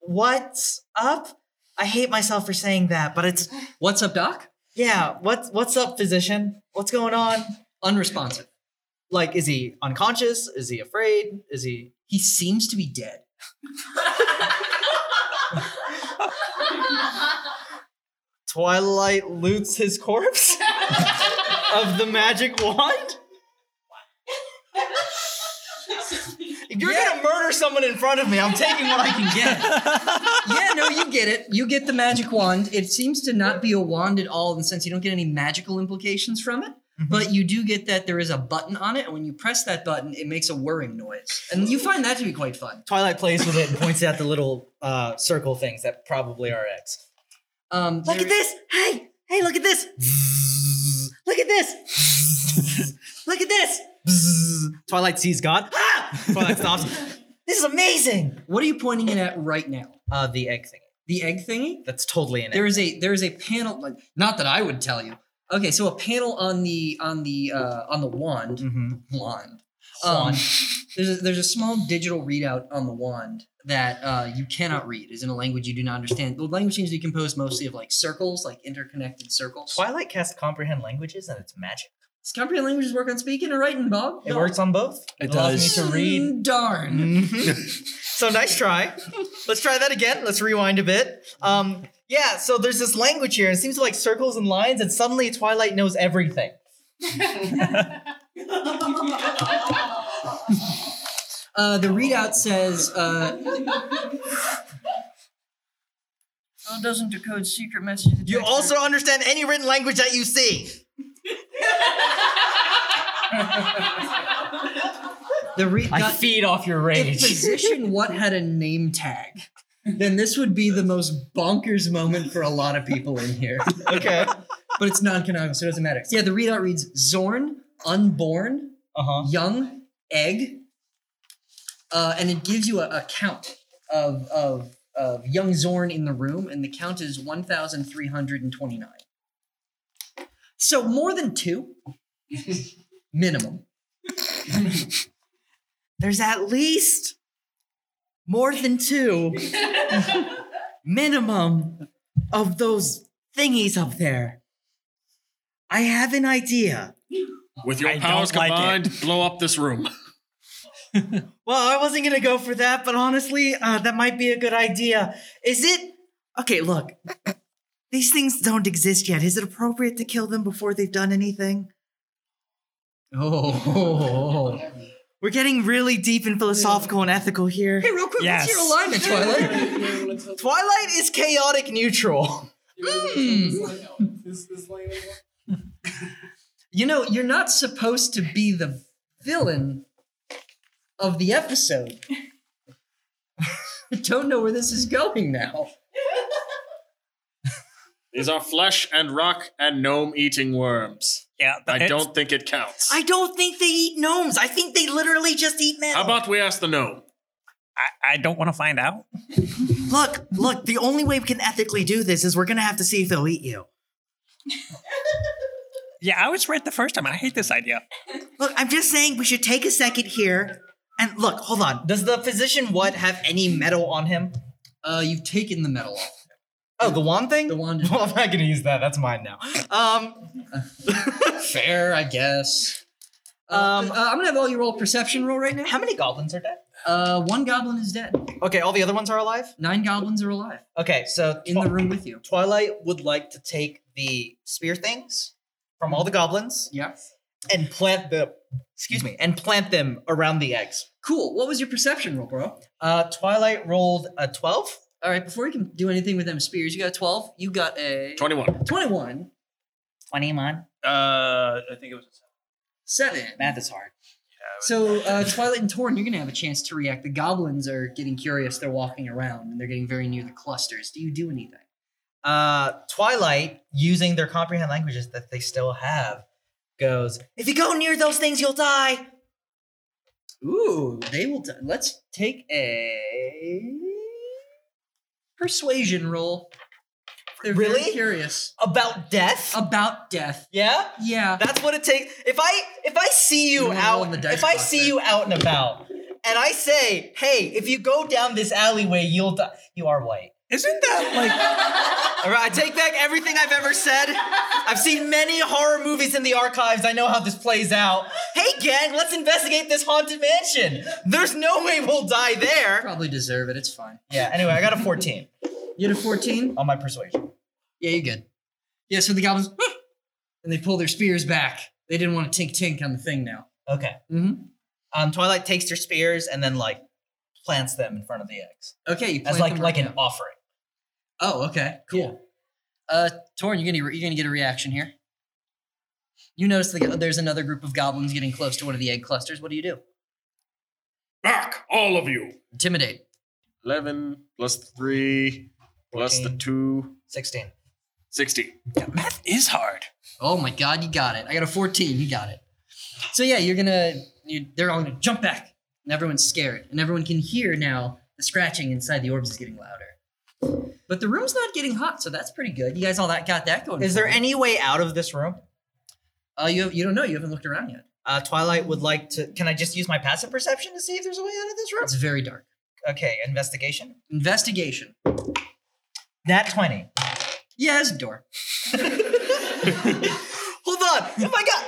G: what's up? I hate myself for saying that, but it's,
D: what's up doc
G: yeah, what's, what's up, physician? What's going on?
D: unresponsive
G: Like, is he unconscious? Is he afraid? Is he.
D: he seems to be dead
G: Twilight loots his corpse of the magic wand? If you're gonna murder someone in front of me, I'm taking what I can get.
D: yeah, no, you get it. You get the magic wand. It seems to not be a wand at all in the sense you don't get any magical implications from it. But you do get that there is a button on it, and when you press that button, it makes a whirring noise. And you find that to be quite fun.
G: Twilight plays with it and points out the little uh, circle things that probably are eggs.
D: Um,
G: Look
D: there-
G: at this! Hey! Hey, look at this! Look at this! look at this! Twilight sees God. Ah! Twilight stops. this is amazing!
D: What are you pointing it at right now?
G: Uh, the egg thing.
D: The egg thingy?
G: That's totally an egg.
D: There is a there is a panel. Like, not that I would tell you. Okay, so a panel on the on the uh, on the wand
H: Mm-hmm.
G: Mhm.
D: wand. Um, there's a, there's a small digital readout on the wand that uh, you cannot read. Is in a language you do not understand. The language seems to be composed mostly of like circles, like interconnected circles.
G: Twilight casts comprehend languages and it's magic.
D: Does comprehend languages work on speaking or writing, Bob?
G: It works on both.
E: It does.
G: allows me to read.
D: Mm, Darn.
G: so nice try. Let's try that again. Let's rewind a bit. Um, yeah, so there's this language here. It seems like circles and lines, and suddenly Twilight knows everything.
D: Uh, the readout says. Uh, Oh, it doesn't decode secret messages.
G: You also understand any written language that you see.
D: the re- the-
G: feed off your
D: if Physician What had a name tag, then this would be the most bonkers moment for a lot of people in here.
G: okay.
D: But it's non-canonical, so it doesn't matter. Yeah, the readout reads Zorn, unborn,
G: Uh-huh.
D: young, egg, uh, and it gives you a, a count of of of young Zorn in the room, and the count is one thousand three hundred and twenty nine. So more than two, minimum.
G: There's at least more than two minimum of those thingies up there. I have an idea.
F: With your
E: I
F: powers
E: don't like it.
F: combined, blow up this room.
G: Well, I wasn't gonna go for that, but honestly, uh, that might be a good idea. Is it? Okay, look. These things don't exist yet. Is it appropriate to kill them before they've done anything?
D: Oh,
G: We're getting really deep and philosophical and ethical here.
D: hey, real quick,
E: Yes.
D: what's your alignment, Twilight?
G: Twilight is chaotic neutral.
D: you know, you're not supposed to be the villain of the episode. Don't know where this is going now.
F: These are flesh and rock and gnome eating worms.
E: Yeah,
F: I
E: it's-
F: don't think it counts.
G: I don't think they eat gnomes. I think they literally just eat metal.
F: How about we ask the gnome?
E: I, I don't want to find out.
G: look, look, the only way we can ethically do this is we're gonna have to see if they'll eat you.
E: Yeah, I was right the first time. I hate this idea.
G: Look, I'm just saying we should take a second here. And look, hold on.
H: Does the physician what have any metal on him?
D: Uh, you've taken the medal off.
H: Oh, the wand thing?
D: The wand is
H: well, I'm not gonna use that. That's mine now. Um,
D: fair, I guess. Um,
H: Um,
D: uh, I'm gonna have all you roll perception roll right now.
H: how many goblins are dead?
D: Uh, one goblin is dead.
H: Okay, all the other ones are alive.
D: Nine goblins are alive
H: Okay, so
D: in the room with you.
H: Twilight would like to take the spear things from all the goblins
D: Yeah.
H: and plant the excuse me and plant them around the eggs.
D: Cool. What was your perception roll, bro?
H: Uh, Twilight rolled a twelve.
D: All right. Before you can do anything with them spears, you got a 12. You got a
F: 21.
D: 21.
G: Twenty-one.
E: Uh, I think it was.
D: Seven.
G: Math is hard.
D: So, uh, Twilight and Torn, you're going to have a chance to react. The goblins are getting curious. They're walking around and they're getting very near the clusters. Do you do anything?
H: uh, Twilight, using their comprehend languages that they still have, goes,
G: If you go near those things, you'll die.
D: Ooh, they will. T- let's take a persuasion roll. They're very
H: Really?
D: curious
H: about death?
D: Uh, about death.
H: yeah?
D: Yeah.
H: That's what it takes. If I if I see
D: You
H: you,
D: wanna roll
H: out
D: in the dice
H: if I
D: box
H: see
D: there.
H: you out and about and I say, hey, if you go down this alleyway, you'll die. You are white.
E: Isn't that like?
H: All right, I take back everything I've ever said. I've seen many horror movies in the archives. I know how this plays out. Hey, gang, let's investigate this haunted mansion. There's no way we'll die there.
D: Probably deserve it. It's fine.
H: Yeah, anyway, I got a 14
D: You had a 14?
H: on my persuasion.
D: Yeah, you're good. Yeah, so the goblins, "Huh," and they pull their spears back. They didn't want to tink tink on the thing now.
H: Okay.
D: Mhm.
H: Um, Twilight takes their spears and then like plants them in front of the eggs
D: Okay, you
H: as
D: plant
H: like
D: them
H: like
D: right
H: an offering.
D: now. Oh, okay, cool. Uh, Torn, you're gonna you're gonna get a reaction here. You notice the, there's another group of goblins getting close to one of the egg clusters. What do you do?
F: Back, all of you.
D: Intimidate.
F: 11 plus the 3 plus the 2.
D: 16.
F: 60.
H: Math is hard.
D: Oh my god, you got it. I got a 14, you got it. So yeah, you're gonna you, they're all gonna jump back. And everyone's scared. And everyone can hear now the scratching inside the orbs is getting louder. But the room's not getting hot, so that's pretty good. You guys all that got that going.
G: Is
D: for
G: there
D: you.
G: any way out of this room?
D: uh you you don't know, you haven't looked around yet.
G: Uh, Twilight would like to. Can I just use my passive perception to see if there's a way out of this room?
D: It's very dark.
G: Okay, investigation.
D: Investigation.
G: That 20.
D: Yeah, there's a door.
G: Hold on. Oh my god.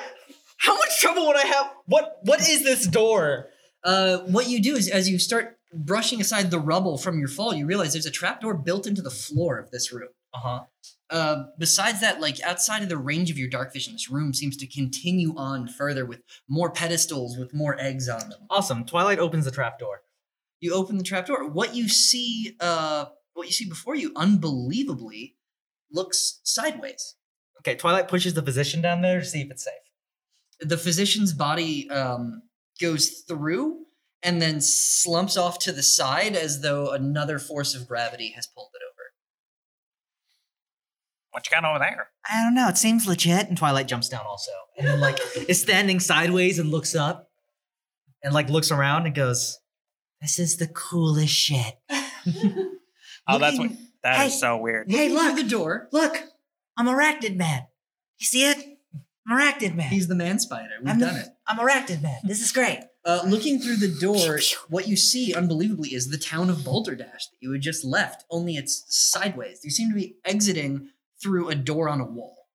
G: How much trouble would I have? What What is this door?
D: Uh, what you do is as you start brushing aside the rubble from your fall, you realize there's a trapdoor built into the floor of this room.
G: Uh huh.
D: Uh, besides that, like outside of the range of your dark vision, this room seems to continue on further with more pedestals with more eggs on them.
G: Awesome. Twilight opens the trap door.
D: You open the trapdoor. What you see, uh, what you see before you, unbelievably, looks sideways.
G: Okay, Twilight pushes the physician down there to see if it's safe.
D: The physician's body um, goes through and then slumps off to the side as though another force of gravity has pulled it over.
H: What you got over there?
G: I don't know. It seems legit. And Twilight jumps down also, and then like is standing sideways and looks up, and like looks around and goes, "This is the coolest shit."
H: Oh, that's what. That is
G: Hey.
H: so weird.
D: Hey,
G: Hey,
D: look
G: look.
D: through the door.
G: Look, I'm Arachnid Man. You see it? I'm Arachnid Man.
D: He's the man spider. We've
G: I'm
D: done it.
G: I'm Arachnid Man. This is great.
D: Uh, looking through the door, what you see, unbelievably, is the town of Boulderdash that you had just left, only it's sideways. You seem to be exiting through a door on a wall.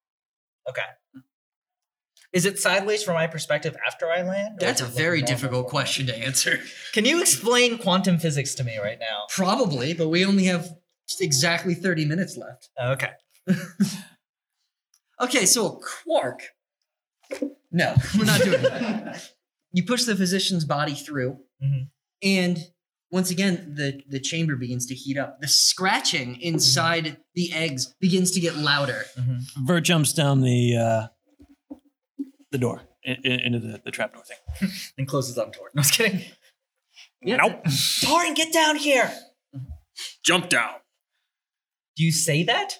G: Is it sideways from my perspective after I land? or
D: That's a
G: is it, like,
D: very
G: normal?
D: difficult question to answer.
G: Can you explain quantum physics to me right now?
D: Probably, but we only have just exactly 30 minutes left.
G: Okay.
D: Okay, so a quark. No, we're not doing that. you push the physician's body through,
G: Mhm.
D: and once again, the, the chamber begins to heat up. The scratching inside the eggs begins to get louder.
H: Vert jumps down the uh, the door in, in- into the, the trapdoor thing.
G: And closes up door. No, I was kidding.
H: Nope.
G: Torrin, get down here.
F: Jump down.
G: Do you say that?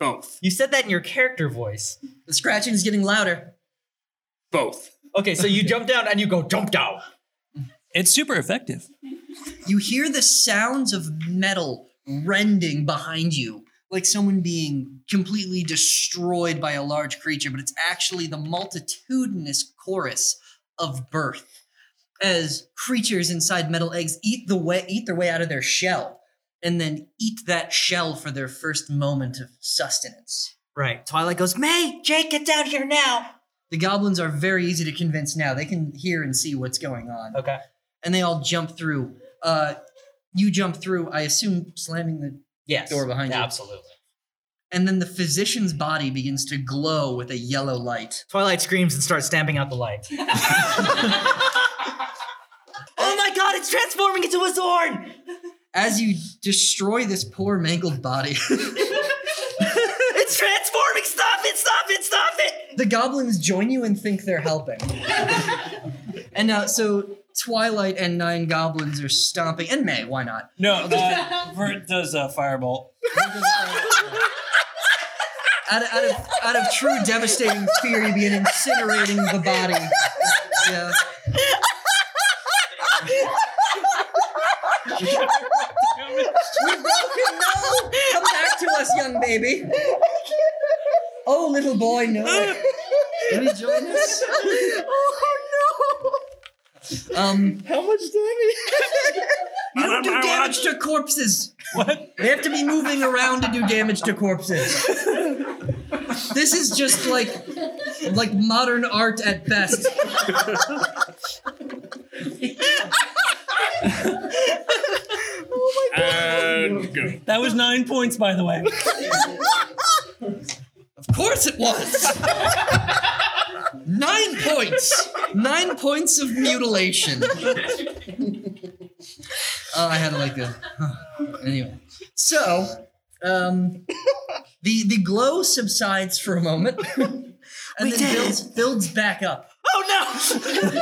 F: Both.
G: You said that in your character voice.
D: The scratching is getting louder.
F: Both.
G: Okay, so you jump down and you go jump down.
H: It's super effective.
D: You hear the sounds of metal rending behind you, like someone being completely destroyed by a large creature, but it's actually the multitudinous chorus of birth as creatures inside metal eggs eat the way eat their way out of their shell and then eat that shell for their first moment of sustenance.
G: Right. Twilight goes, May, Jake, get down here now.
D: The goblins are very easy to convince now. They can hear and see what's going on.
G: Okay.
D: and they all jump through. Uh, you jump through, I assume, slamming the.
G: Yes.
D: Door behind you.
G: Absolutely.
D: And then the physician's body begins to glow with a yellow light.
G: Twilight screams and starts stamping out the light. oh my god, it's transforming into a Zorn!
D: As you destroy this poor mangled body,
G: It's transforming! Stop it! Stop it! Stop it!
D: the goblins join you and think they're helping. and now, so Twilight and nine goblins are stomping, and May, why not?
H: No, uh, Vert does a firebolt.
D: Out of, out of, out of true devastating fear, you begin incinerating the body. Yeah. no! Come back to us, young baby. Oh, little boy, no. Will you join us? Oh, no. Um,
G: How much damage?
D: you don't do damage to corpses.
H: What?
D: They have to be moving around to do damage to corpses. This is just like, like modern art at best.
F: And go.
H: That was nine points, by the way.
D: Of course it was. Nine points. Nine points of mutilation. oh, I had like a. Anyway, so um, the the glow subsides for a moment and
G: We
D: then
G: did
D: builds builds back up.
G: Oh
D: And you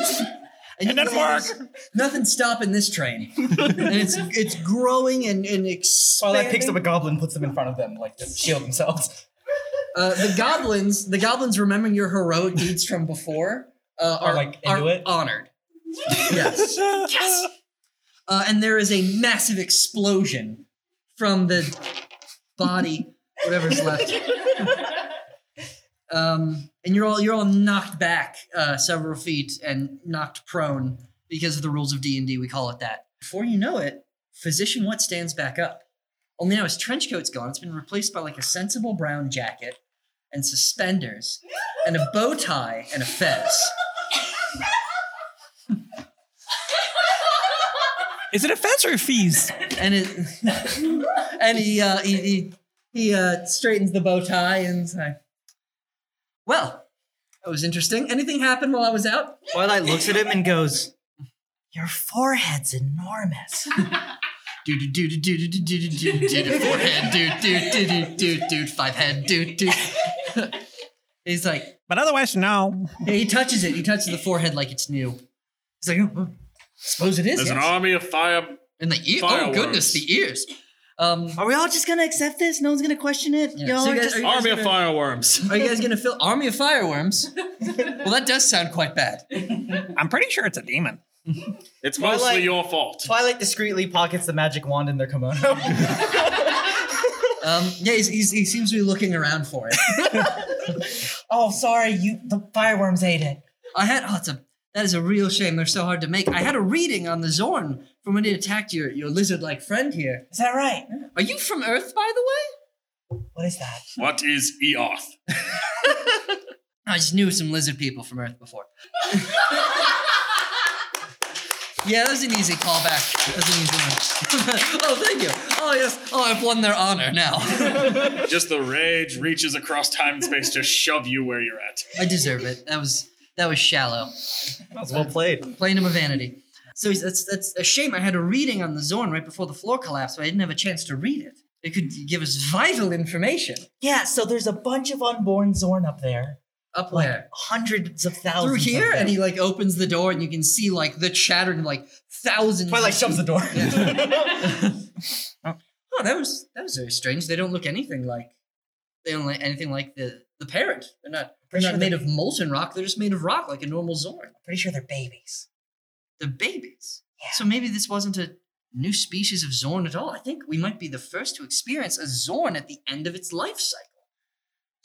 E: It
D: can
E: didn't
D: see
E: work.
D: there's Nothing stopping this train. and it's it's growing and, and expanding.
H: Twilight picks up a goblin, and puts them in front of them, like to shield themselves.
D: Uh, the goblins, the goblins, remembering your heroic deeds from before, uh, are,
H: Are, like,
D: are
H: into it?
D: honored. yes, yes. Uh, and there is a massive explosion from the body, whatever's left. um, and you're all you're all knocked back uh, several feet and knocked prone because of the rules of D and D. We call it that. Before you know it, physician what stands back up. Only now his trench coat's gone. It's been replaced by like a sensible brown jacket and suspenders and a bow tie and a fez.
E: Is it a fence or a fees?
D: And it and he uh, he he, he uh, straightens the bow tie and is like, "Well, that was interesting. Anything happened while I was out?"
G: no! Twilight looks at him and goes, "Your forehead's enormous."
D: Dude, dude, dude, dude, dude, dude, dude, dude, forehead, dude, dude, dude, dude, dude, dude, five head, dude, dude. He's like,
E: But otherwise, no.
D: yeah, he touches it. He touches the forehead like it's new. He's like, oh, oh, suppose it is.
F: There's an
D: yes."
F: army of fire.
D: And the ear. Oh
F: Fireworks.
D: goodness, the ears. Um,
G: Are we all just gonna accept this? No one's gonna question it.
D: Yeah.
G: Y'all
D: So you
G: are
D: guys-
G: just-
D: are you-
F: Army of fireworms.
D: are you guys gonna fill army of fireworms? well, that does sound quite bad.
E: I'm pretty sure it's a demon.
F: It's
H: Twilight-
F: mostly your fault.
H: Twilight discreetly pockets the magic wand in their kimono.
D: Um, yeah, he's, he's, he seems to be looking around for it.
G: oh, sorry, you the fireworms ate it.
D: I had oh, it's a that is a real shame. They're so hard to make. I had a reading on the Zorn from when it attacked your your lizard like friend here.
G: Is that right?
D: Are you from Earth, by the way?
G: What is that?
F: What is Eoth?
D: I just knew some lizard people from Earth before. yeah, that was an easy callback. That was an easy one. oh, thank you. Oh yes. Oh, I've won their honor now.
F: Just the rage reaches across time and space to shove you where you're at.
D: I deserve it. That was that was shallow.
H: That's well played.
D: playing him a vanity. So he's, that's that's a shame. I had a reading on the Zorn right before the floor collapsed, but I didn't have a chance to read it. It could give us vital information
G: Yeah, so there's a bunch of unborn Zorn up there.
D: up
G: Like
D: there
G: hundreds of
D: through
G: thousands.
D: here. And he like opens the door, and you can see like the chattering like thousands.
H: Twilight
D: of-
H: shoves the door.
D: Oh, that was that was very strange. They don't look anything like they don't like anything like the the parent. They're not they're
G: Pretty
D: not
G: sure
D: made
G: they-
D: of molten rock. They're just made of rock like a normal Zorn.
G: pretty sure they're babies.
D: The babies.
G: Yeah.
D: So maybe this wasn't a new species of Zorn at all. I think we might be the first to experience a Zorn at the end of its life cycle.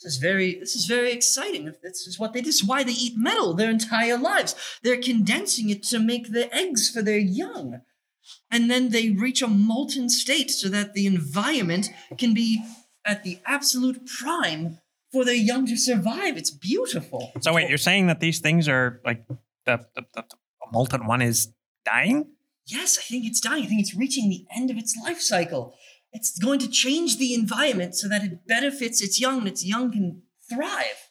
D: This is very this is very exciting. This is what they this is why they eat metal their entire lives. They're condensing it to make the eggs for their young. And then they reach a molten state so that the environment can be at the absolute prime for their young to survive. It's beautiful.
E: So wait, you're saying that these things are like the, the, the, the molten one is dying?
D: Yes, I think it's dying. I think it's reaching the end of its life cycle. It's going to change the environment so that it benefits its young and its young can thrive.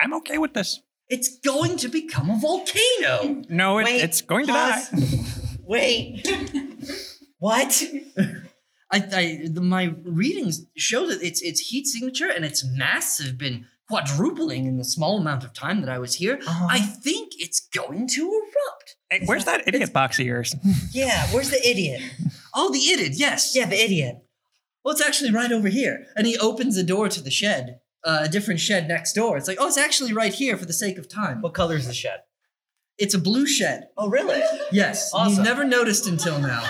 E: I'm okay with this.
D: It's going to become a volcano.
E: No, it,
G: Wait,
E: it's going to
G: pause.
E: die.
G: Wait. what?
D: I, I the, my readings show that its its heat signature and its mass have been quadrupling in the small amount of time that I was here.
G: Uh-huh.
D: I think it's going to erupt.
E: Hey, where's that idiot box of yours?
G: Yeah, where's the idiot?
D: Oh, the idiot! Yes,
G: Yeah, the idiot.
D: Well, it's actually right over here. And he opens the door to the shed, uh, a different shed next door. It's like, oh, it's actually right here for the sake of time.
H: What color is the shed?
D: It's a blue shed.
G: Oh, really?
D: Yes. and
G: Awesome.
D: You've never noticed until now.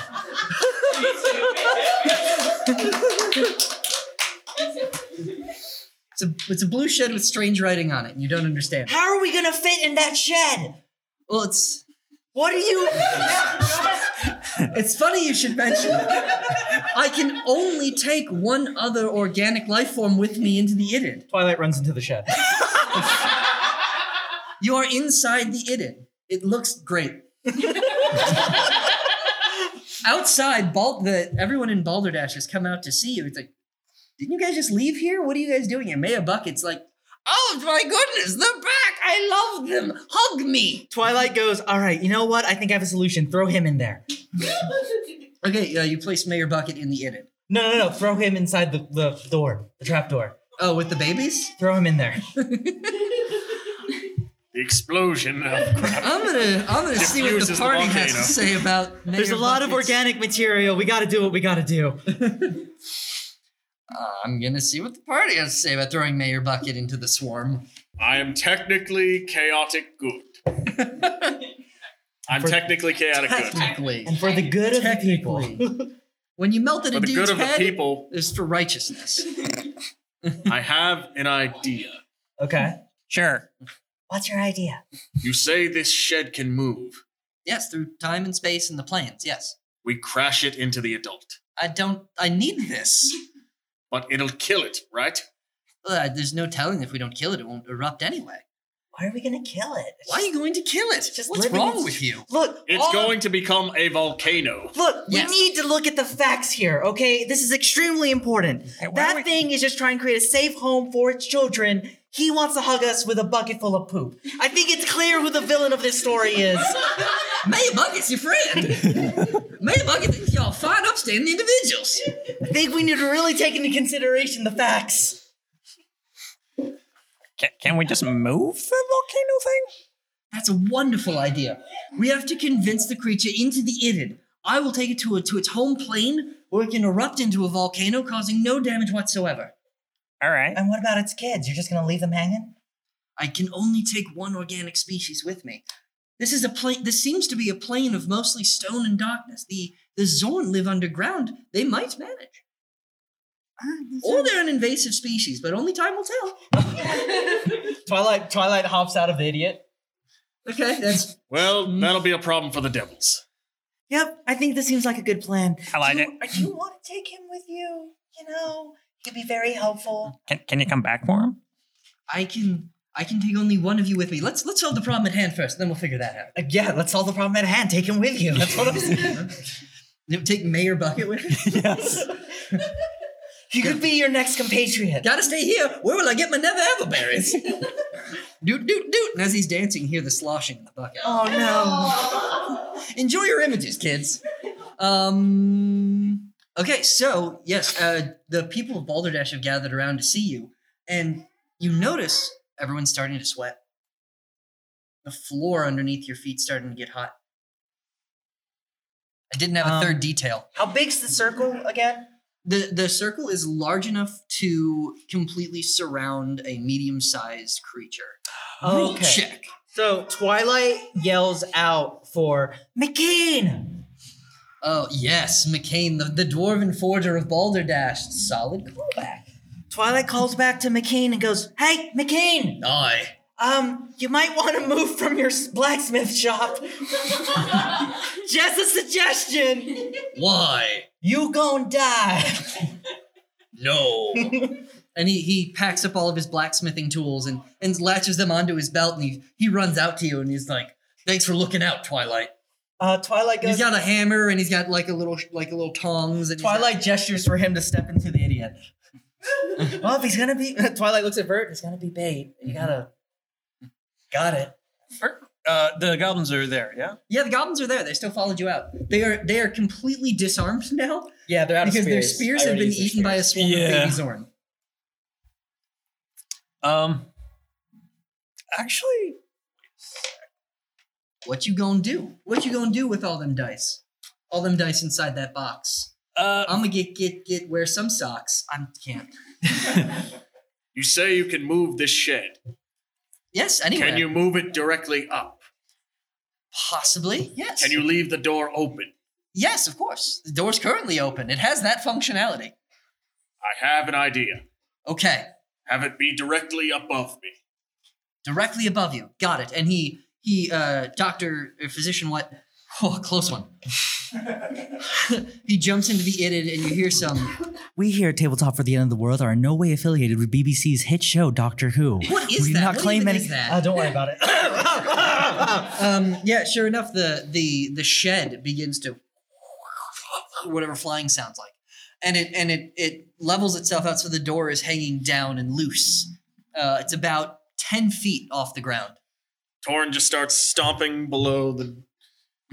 D: it's, a, it's a blue shed with strange writing on it, and you don't understand.
G: How are we gonna fit in that shed?
D: Well, it's
G: What are you?
D: it's funny you should mention it. I can only take one other organic life form with me into the Idid.
H: Twilight runs into the shed.
D: You are inside the Idid. It looks great. Outside, Bald the everyone in Balderdash has come out to see you. It's like, didn't you guys just leave here? What are you guys doing? And Maya Bucket's like, oh my goodness, they're back. I love them. Hug me.
H: Twilight goes, all right, you know what? I think I have a solution. Throw him in there.
D: Okay, uh, you place Mayor Bucket in the Idid.
H: No, no, no. Throw him inside the, the door, the trap door.
D: Oh, with the babies?
H: Throw him in there.
F: the explosion of
D: I'm gonna I'm gonna see what
F: Diffuses
D: the
F: the
D: party has to
F: volcano.
D: say about.
G: There's a
D: Mayor
G: lot of
D: Buckets.
G: organic material. We got to do what we got to do.
D: Uh, I'm gonna see what the party has to say about throwing Mayor Bucket into the swarm.
F: I am technically chaotic good. I'm technically chaotic good.
D: Technically,
G: And for the good of the people.
D: when you melted
F: For
D: a
F: the
D: dude's
F: good of the
D: head,
F: people,
D: it's for righteousness.
F: I have an idea.
G: Okay.
E: Sure.
G: What's your idea?
F: You say this shed can move.
D: yes, through time and space and the planes. Yes,
F: We crash it into the adult.
D: I don't. I need this.
F: But it'll kill it, right?
D: Uh, there's no telling if we don't kill it, it won't erupt anyway.
G: Why are we going to kill it?
D: Why are you going to kill it?
G: Just
D: What's
G: living
D: wrong
G: its-
D: with you?
G: Look,
F: It's
G: all-
F: going to become a volcano.
G: Look,
D: Yes.
G: we need to look at the facts here, okay? This is extremely important.
E: Hey, why
G: that
E: don't we-
G: thing is just trying to create a safe home for its children. He wants to hug us with a bucket full of poop. I think it's clear who the villain of this story is.
D: Mayor Bucket's your friend. Mayor Bucket thinks y'all fine, upstanding individuals.
G: I think we need to really take into consideration the facts.
E: Can, can we just move the volcano thing?
D: That's a wonderful idea. We have to convince the creature into the Idid. I will take it to, a, to its home plane where it can erupt into a volcano, causing no damage whatsoever.
E: All right.
G: And what about its kids? You're just gonna leave them hanging?
D: I can only take one organic species with me. This is a plane. This seems to be a plane of mostly stone and darkness. The the Zorn live underground. They might manage, or they're an invasive species, but only time will tell.
G: Twilight Twilight hops out of the idiot.
D: Okay, that's
F: Well, that'll be a problem for the devils.
G: Yep, I think this seems like a good plan.
E: I like
G: do
E: it.
G: you, Do you want to take him with you? You know, he'd be very helpful.
E: Can, can you come back for him?
D: I can I can take only one of you with me. Let's let's solve the problem at hand first, then we'll figure that out.
G: Uh, yeah, let's solve the problem at hand. Take him with you. That's what I'm saying.
D: You Take Mayor Bucket with me.
E: yes.
G: He could be your next compatriot.
D: Gotta stay here. Where will I get my never ever berries? doot doot doot. And as he's dancing, hear the sloshing in the bucket.
G: Oh no.
D: Oh. Enjoy your images, kids. Um. Okay, so yes, uh, the people of Balderdash have gathered around to see you, and you notice everyone's starting to sweat. The floor underneath your feet starting to get hot. I didn't have a
G: Um,
D: third detail.
G: How big's the circle again?
D: the The circle is large enough to completely surround a medium sized creature. Rule Check.
G: So Twilight yells out for McCain.
D: Oh yes, McCain, the, the dwarven forger of Balderdash. Solid callback.
G: Twilight calls back to McCain and goes, "Hey, McCain,
D: Aye.
G: um, you might want to move from your s- blacksmith shop. Just a suggestion.
D: Why?
G: You gon' die."
D: No. and he, he packs up all of his blacksmithing tools and, and latches them onto his belt and he, he runs out to you and he's like, Thanks for looking out, Twilight.
G: Uh, Twilight
D: He's
G: goes.
D: got a hammer and he's got like a little like a little tongs and he's got-
G: Twilight gestures for him to step into the idiot. well, if he's gonna be, Twilight looks at Vert. He's gonna be bait. You gotta, got it.
E: Uh, the goblins are there, yeah?
D: yeah, the goblins are there. They still followed you out. They are they are completely disarmed now
G: Yeah, they're out
D: because
G: of
D: their
G: spears.
D: spears
G: I
D: have
G: already
D: been
G: used their
D: eaten by a
G: spears.
D: swarm of
E: Yeah.
D: baby Zorn.
E: Um, actually,
D: What you gonna do? What you gonna do with all them dice? All them dice inside that box.
E: uh,
D: I'm gonna get get get wear some socks. I can't.
F: You say you can move this shed.
D: Yes, anyway.
F: Can you move it directly up?
D: possibly? Yes.
F: Can you leave the door open?
D: Yes, of course. The door's currently open. It has that functionality.
F: I have an idea.
D: Okay,
F: Have it be directly above me.
D: directly above you. Got it. And he he uh doctor uh, physician what Oh, close one. he jumps into the idiot and you hear some
G: We here at Tabletop for the End of the World are in no way affiliated with BBC's hit show Doctor Who.
D: What is
G: We do
D: that?
G: not
D: What
G: claim
D: even
G: any-
D: is that?
G: Uh, don't worry about it.
D: um yeah, sure enough the the the shed begins to whatever flying sounds like. And it and it it levels itself out so the door is hanging down and loose. Uh it's about 10 feet off the ground.
F: Torrin just starts stomping below the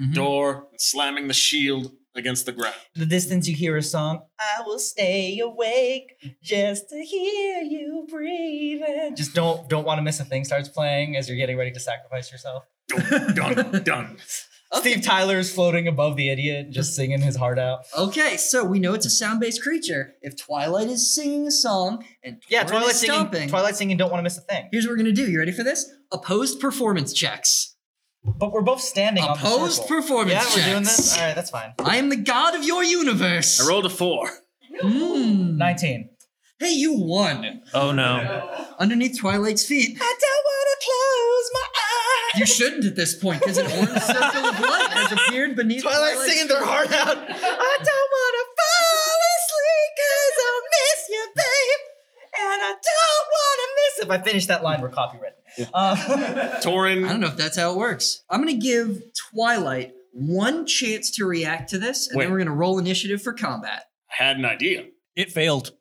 D: Mhm.
F: door, slamming the shield. against the ground.
G: The distance you hear a song, I will stay awake just to hear you breathing. Just don't don't want to miss a thing starts playing as you're getting ready to sacrifice yourself.
F: dun, dun.
G: Steve Tyler is floating above the idiot, just singing his heart out.
D: Okay, so we know it's a sound-based creature. If Twilight is singing a song and
G: Yeah,
D: Torrin
G: Twilight
D: is
G: singing.
D: stomping,
G: Twilight singing. Don't want to miss a thing.
D: here's what we're gonna do. You ready for this? Opposed performance checks.
G: But we're both standing on the
D: Opposed
G: circle.
D: performance
G: Yeah,
D: checks.
G: we're doing this. All right, that's fine.
D: I am the god of your universe.
F: I rolled a four.
D: Mm.
G: Nineteen.
D: Hey, you won.
E: Oh no.
D: Underneath Twilight's feet.
G: I don't want to close my
D: You shouldn't at this point, because an orange circle of light has appeared beneath
H: Twilight
D: Twilight's
H: singing their heart out.
G: I don't want to fall asleep because I'll miss you, babe. And I don't want to miss. If I finish that line, we're copyrighted. Uh,
D: I
F: Torin.
D: don't know if that's how it works. I'm gonna give Twilight one chance to react to this, and
F: Wait.
D: then we're gonna roll initiative for combat.
F: had an idea.
E: It failed.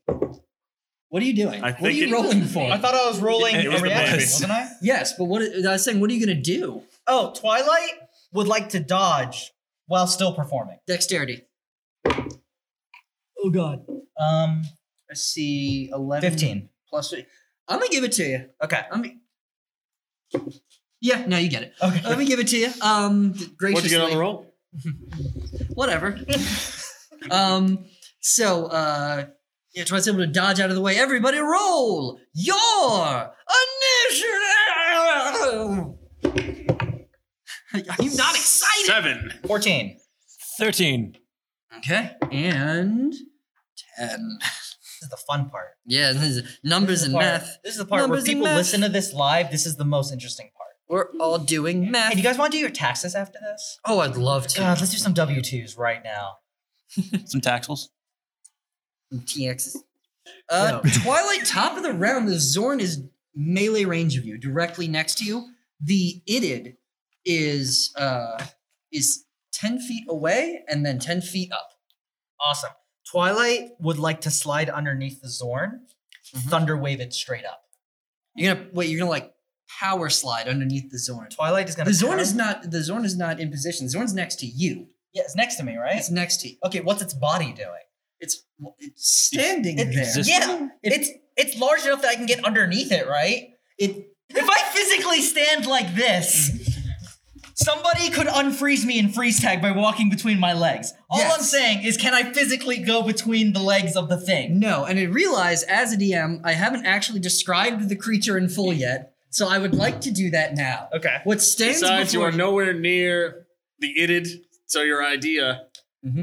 D: What are you doing?
F: I
D: what are
F: think
D: you
F: it-
D: rolling for?
G: I thought I was rolling
F: It was
G: a
F: the
G: reaction,
F: babies.
G: wasn't I?
D: yes, but what I was saying, what are you gonna do?
G: Oh, Twilight would like to dodge while still performing.
D: Dexterity.
G: Oh God. Um,
D: I see eleven.
G: fifteen.
D: plus. I'm gonna give it to you.
G: Okay.
D: I'm. Yeah, no, you get it.
G: Okay.
D: Let me give it to you. Um, graciously.
F: What'd you get on the roll?
D: Whatever. um, so uh, yeah, Twilight's able to dodge out of the way. Everybody, roll your initiative. Are you not excited?
F: Seven.
G: Fourteen.
E: 13.
D: Okay, and ten.
G: This is the fun part.
D: Yeah, this is
G: This
D: numbers
G: is
D: and
G: the part-
D: math.
G: This is the part
D: Numbers
G: where
D: and
G: people
D: math.
G: listen to this live. This is the most interesting part.
D: We're all doing
G: Hey,
D: math.
G: do you guys Uh, want to do your taxes after this?
D: oh, I'd love to.
G: God, let's do some W twos right now.
E: Some taxels.
D: TX. Uh, Twilight, top of the round, the Zorn is melee range of you, directly next to you. The Idid is uh, is ten feet away and then ten feet up.
G: Awesome. Twilight would like to slide underneath the Zorn, thunder wave it straight up.
D: Mm-hmm. You're gonna wait. You're gonna like power slide underneath the Zorn.
G: Twilight is gonna.
D: The Zorn
G: power-
D: is not the Zorn is not in position. The Zorn's next to you.
G: Yeah, it's next to me, right?
D: It's next to you.
G: Okay, what's its body doing?
D: It's, well, it's standing
G: It-
D: there.
E: Exist-
G: Yeah, it's it's large enough that I can get underneath it, right?
D: It
G: If I physically stand like this, somebody could unfreeze me in freeze tag by walking between my legs. All I'm
D: Yes.
G: saying is, can I physically go between the legs of the thing?
D: No, and I realize as a DM, I haven't actually described the creature in full yet, so I would like to do that now.
G: Okay.
D: What stands
F: Besides, you
D: before
F: are nowhere near the itid, so your idea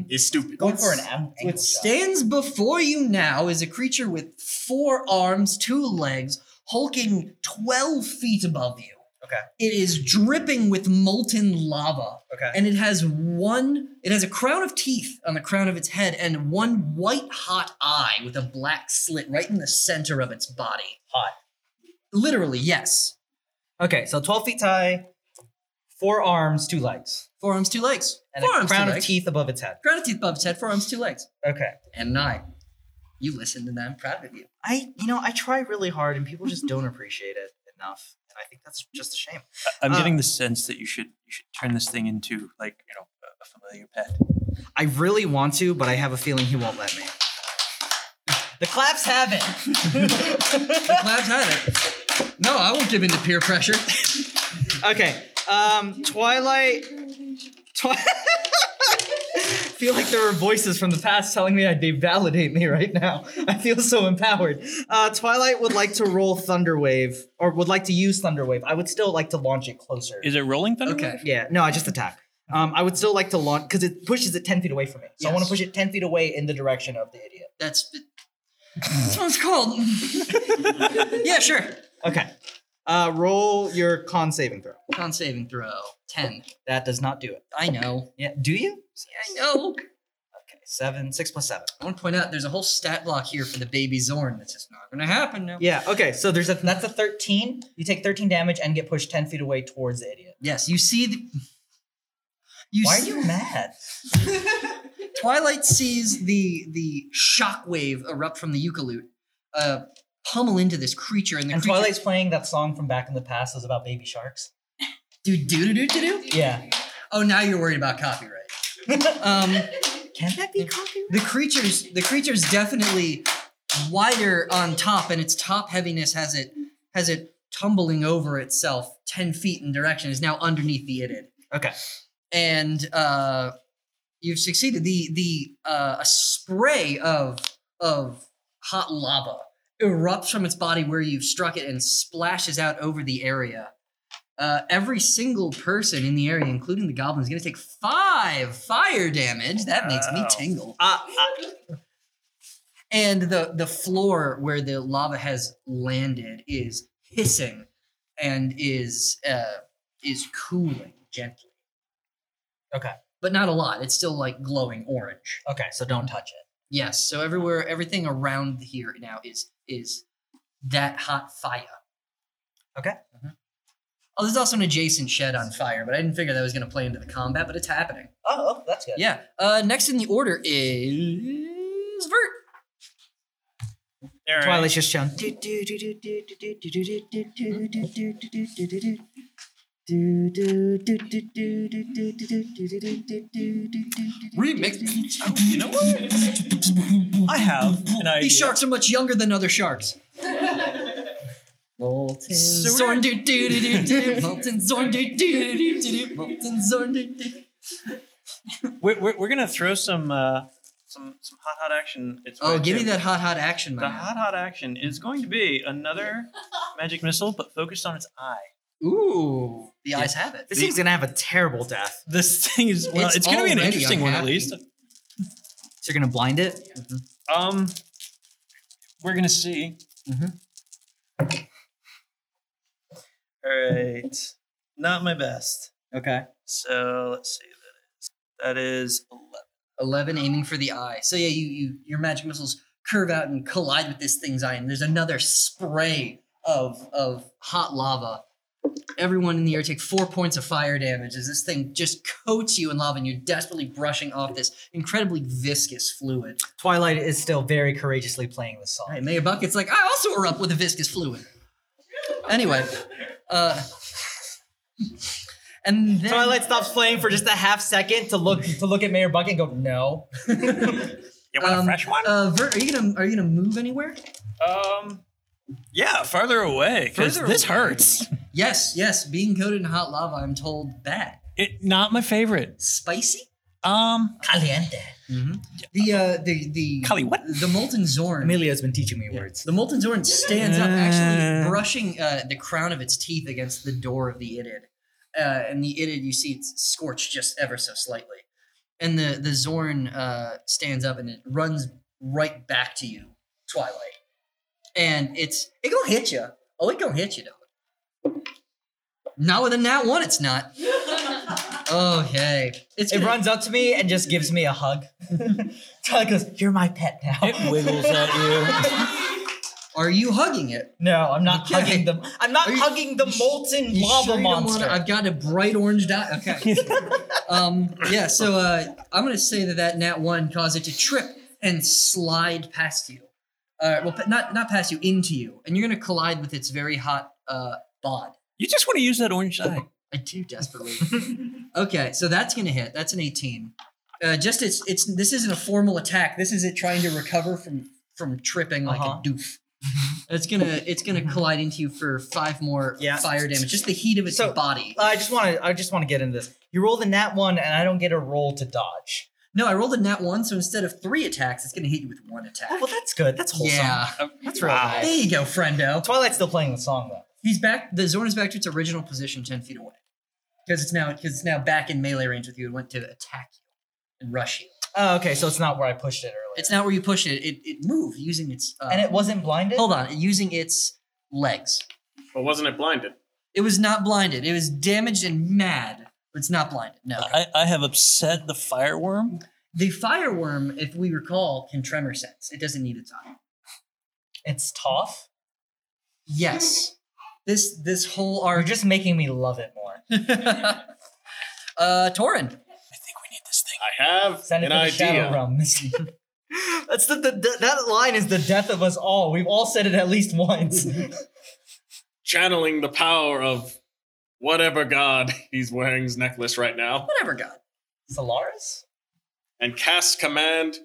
F: is stupid.
G: Going for an an- angle
D: what
G: shot.
D: stands before you now is a creature with four arms, two legs, hulking twelve feet above you.
G: Okay.
D: It is dripping with molten lava.
G: Okay.
D: And it has one, it has a crown of teeth on the crown of its head and one white hot eye with a black slit right in the center of its body.
G: Hot.
D: Literally, yes.
G: Okay, so 12 feet high, four arms, two legs,
D: Four arms, two legs.
G: and
D: four
G: a
D: arms,
G: crown
D: two
G: of
D: legs.
G: teeth above its head.
D: Crown of teeth above its head, four arms, two legs.
G: Okay.
D: And an eye. You listened and I'm proud of you.
G: I, you know, I try really hard and people just don't appreciate it enough. And I think that's just a shame.
E: I'm
G: Uh,
E: getting the sense that you should you should turn this thing into like, you know, a- a familiar pet.
G: I really want to, but I have a feeling he won't let me. The claps haven't.
D: The clouds had it. No, I won't give in to peer pressure.
G: Okay. Um, Twilight. Twi- feel like there were voices from the past telling me I'd, they validate me right now. I feel so empowered. Uh, Twilight would like to roll Thunderwave, or would like to use Thunderwave. I would still like to launch it closer.
E: Is it rolling thunder?
D: Okay.
G: yeah, no, I just attack. Um, I would still like to launch because it pushes it ten feet away from me. So I want
D: Yes.
G: to push it ten feet away in the direction of the idiot.
D: That's that's what it's called. yeah, sure.
G: Okay. Uh, roll your con saving throw.
D: Con saving throw. Ten.
G: That does not do it.
D: I know.
G: Yeah. Do you?
D: I know.
G: Okay. Seven. Six plus seven.
D: I want to point out there's a whole stat block here for the baby Zorn that's just not gonna happen now.
G: Yeah. Okay. So there's a that's a thirteen. You take thirteen damage and get pushed ten feet away towards the idiot.
D: Yes, you see the you
G: Why are
D: see-
G: you mad?
D: Twilight sees the the shockwave erupt from the Eucalypt, uh, pummel into this creature, and the
G: And
D: creature,
G: Twilight's playing that song from back in the past. It was about baby sharks.
D: do do do do do do.
G: Yeah.
D: Oh, now you're worried about copyright. um,
G: Can that be copyrighted?
D: The creature's the creature's definitely wider on top, and its top heaviness has it has it tumbling over itself ten feet in direction. Is now underneath the idid.
H: Okay.
D: and uh, you've succeeded. The the uh, a spray of of hot lava erupts from its body where you've struck it and splashes out over the area. Uh, every single person in the area, including the goblin, is going to take five fire damage. That makes me
E: Wow.
D: tingle.
H: Uh,
D: And the the floor where the lava has landed is hissing, and is uh, is cooling gently.
H: Okay.
D: but not a lot. It's still like glowing orange.
H: okay, so don't touch it.
D: Yes. So everywhere, everything around here now is is that hot fire.
H: Okay.
D: Mhm. Oh, there's also an adjacent shed on fire, but I didn't figure that was going to play into the combat, but it's happening.
H: Oh, oh, that's good.
D: Yeah. Uh, next in the order is Vert.
E: All right.
H: Twilight's just shown.
D: Remix.
E: You know what? I have an idea.
D: These sharks are much younger than other sharks. Molten Zorn do do do do do. Molten Zorn do do do do do do. Molten Zorn do do.
E: We're, we're, we're gonna throw some uh, some some hot hot action. It's
D: Oh,
E: right
D: give me
E: there.
D: that hot, hot action,
E: The
D: man.
E: hot hot action is going to be another magic missile, but focused on its eye.
D: Ooh, the eyes have it.
H: This thing's gonna have a terrible death.
E: This thing is well,
D: It's
E: it's, gonna be an
D: already
E: interesting one at
D: unhappy.
E: least.
H: So you're gonna blind it?
D: Mm-hmm.
E: Um, we're gonna see.
D: Mhm.
E: All right, not my best.
H: Okay.
E: So let's see. That is that is
D: 11 aiming for the eye. So yeah, you, you your magic missiles curve out and collide with this thing's eye, and there's another spray of of hot lava. Everyone in the air take four points of fire damage as this thing just coats you in lava, and you're desperately brushing off this incredibly viscous fluid.
H: Twilight is still very courageously playing this song.
D: All right, Mayor Bucket's like, I also erupt with a viscous fluid. Anyway, uh, and then
H: Twilight stops playing for just a half second to look to look at Mayor Bucket and go, no.
E: You want
D: um,
E: a fresh one?
D: Uh, Vert, are you gonna are you gonna move anywhere?
E: Um, yeah, farther away because
D: Further
E: this
D: away.
E: hurts.
D: Yes, yes, being coated in hot lava, I'm told bad.
E: It not my favorite.
D: Spicy?
E: Um,
H: Caliente.
D: The uh the the
E: Kali, what?
D: the molten zorn.
H: Emilio's been teaching me words.
D: The molten zorn stands up, actually
E: Uh.
D: brushing uh, the crown of its teeth against the door of the idid. Uh, and the idid, you see, it's scorched just ever so slightly. And the the zorn uh, stands up and it runs right back to you, Twilight. And it's it gonna hit you. Oh, it gonna hit you, though. Not with a nat one, it's not. Okay, it's
H: It
D: gonna-
H: runs up to me and just gives me a hug. Twilight goes, You're my pet now.
E: it wiggles at you.
D: Are you hugging it?
H: No, I'm not
D: Okay.
H: hugging them. I'm not
D: Are you-
H: hugging the molten
D: You
H: lava
D: sure you don't
H: monster.
D: wanna- I've got a bright orange dot. Okay. um, yeah. So uh, I'm gonna say that that nat one caused it to trip and slide past you. Uh, well, pa- not not past you, into you, and you're gonna collide with its very hot uh, bod.
E: You just want to use that orange dye.
D: I do desperately. okay, so that's gonna hit. That's an 18. Uh, just it's it's this isn't a formal attack. This is it trying to recover from from tripping like
H: Uh-huh. Mm-hmm.
D: a doof. It's gonna it's gonna collide into you for five more
H: Yeah.
D: fire damage. Just the heat of its
H: So, uh,
D: body.
H: I just want to. I just want to get into this. You roll the nat one, and I don't get a roll to dodge.
D: No, I rolled a nat one, so instead of three attacks, it's gonna hit you with one attack.
H: Oh, well, that's good. That's wholesome.
D: yeah,
H: that's really nice.
D: there you go, friendo.
H: Twilight's still playing the song though.
D: He's back. The Zorn is back to its original position, ten feet away, because it's now because it's now back in melee range with you. It went to attack you and rush you.
H: Oh, okay. So it's not where I pushed it earlier.
D: It's not where you push it. It it moved using its uh,
H: and it wasn't blinded.
D: hold on using its legs.
F: But wasn't it blinded?
D: It was not blinded. It was damaged and mad, but it's not blinded. No,
E: I, I have upset the fireworm.
D: the fireworm, if we recall, can tremor sense. It doesn't need its eye.
H: It's tough.
D: Yes, this this whole
H: You're
D: arc
H: just making me love it more.
D: uh, Torin.
E: I think we need this thing.
F: I have
H: Send it
F: an
H: to the shadow
F: idea.
H: realm. That's the, the, the that line is the death of us all. We've all said it at least once.
F: Channeling the power of whatever god he's wearing his necklace right now.
D: Whatever, God.
H: Solaris.
F: and cast command.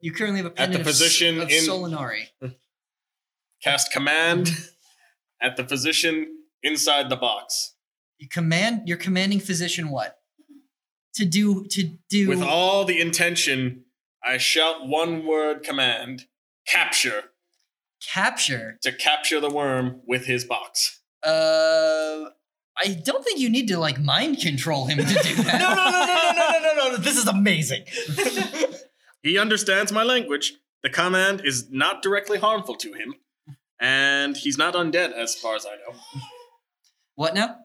D: You currently have a
F: the
D: pendant of s-
F: position
D: of
F: in-
D: Solinari.
F: Cast command at the physician inside the box
D: You command. You're commanding physician what? To do. To do.
F: with all the intention. I shout one word command: capture
D: capture.
F: to capture the worm with his box.
D: Uh, I don't think you need to like mind control him to do that.
H: No, no, no, no, no, no, no, no, no. This is amazing.
F: He understands my language. The command is not directly harmful to him, and he's not undead as far as I know.
D: What now?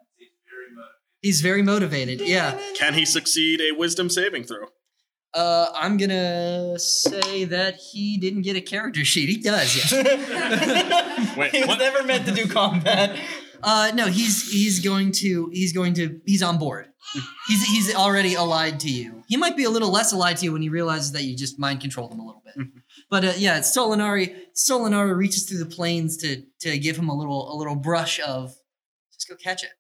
D: He's very motivated. Yeah.
F: Can he succeed a wisdom saving throw?
D: Uh, I'm gonna say that he didn't get a character sheet. He does. Yeah.
F: Wait,
H: he was
F: what?
H: never meant to do combat.
D: Uh, no, he's he's going to he's going to he's on board. He's he's already allied to you. He might be a little less allied to you when he realizes that you just mind controlled him a little bit. But uh, yeah, Solinari Solinari reaches through the planes to to give him a little a little brush of just go catch it.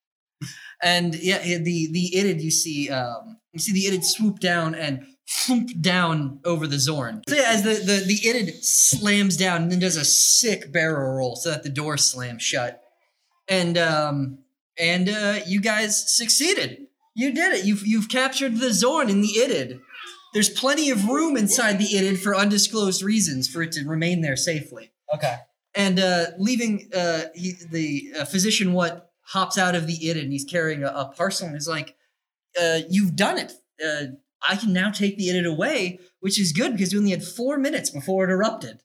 D: And yeah, he- the the itid you see um, you see the itid swoop down and thump down over the Zorn. So yeah, as the the the itid slams down and then does a sick barrel roll so that the door slams shut and um and uh you guys succeeded you did it you've you've captured the zorn in the itid there's plenty of room inside the itid for undisclosed reasons for it to remain there safely
H: Okay.
D: and uh leaving uh he, the uh, physician what hops out of the itid and he's carrying a, a parcel and is like uh you've done it uh i can now take the itid away which is good because we only had four minutes before it erupted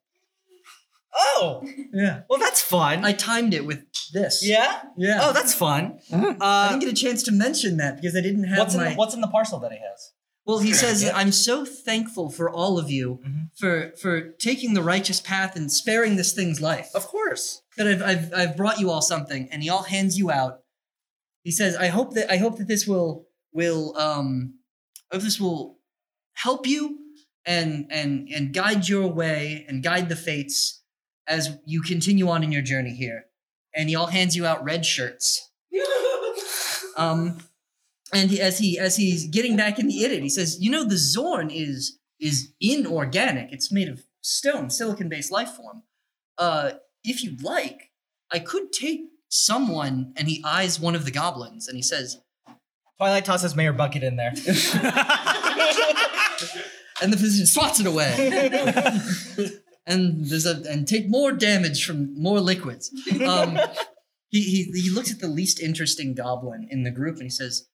H: Oh,
D: yeah
H: well, that's fun.
D: i timed it with this
H: yeah.
D: yeah
H: Oh, that's fun.
D: I
H: Uh,
D: didn't get a chance to mention that because I didn't have
H: what's in
D: my.
H: the, what's in the parcel that he has?
D: well, he says, "I'm so thankful for all of you
H: Mm-hmm.
D: for for taking the righteous path and sparing this thing's life.
H: Of course.
D: That I've, I've I've brought you all something." And he all hands you out. He says, "I hope that I hope that this will will um, I hope this will help you and and and guide your way and guide the fates as you continue on in your journey here." And he all hands you out red shirts. Um, and he, as he as he's getting back in the idit, he says, "You know, the Zorn is is inorganic. It's made of stone, silicon based life form. Uh, if you'd like, I could take someone." And he eyes one of the goblins, and he says,
H: Twilight tosses Mayor Bucket in there.
D: and the physician swats it away. and there's a and take more damage from more liquids. Um, he, he he looks at the least interesting goblin in the group and he says,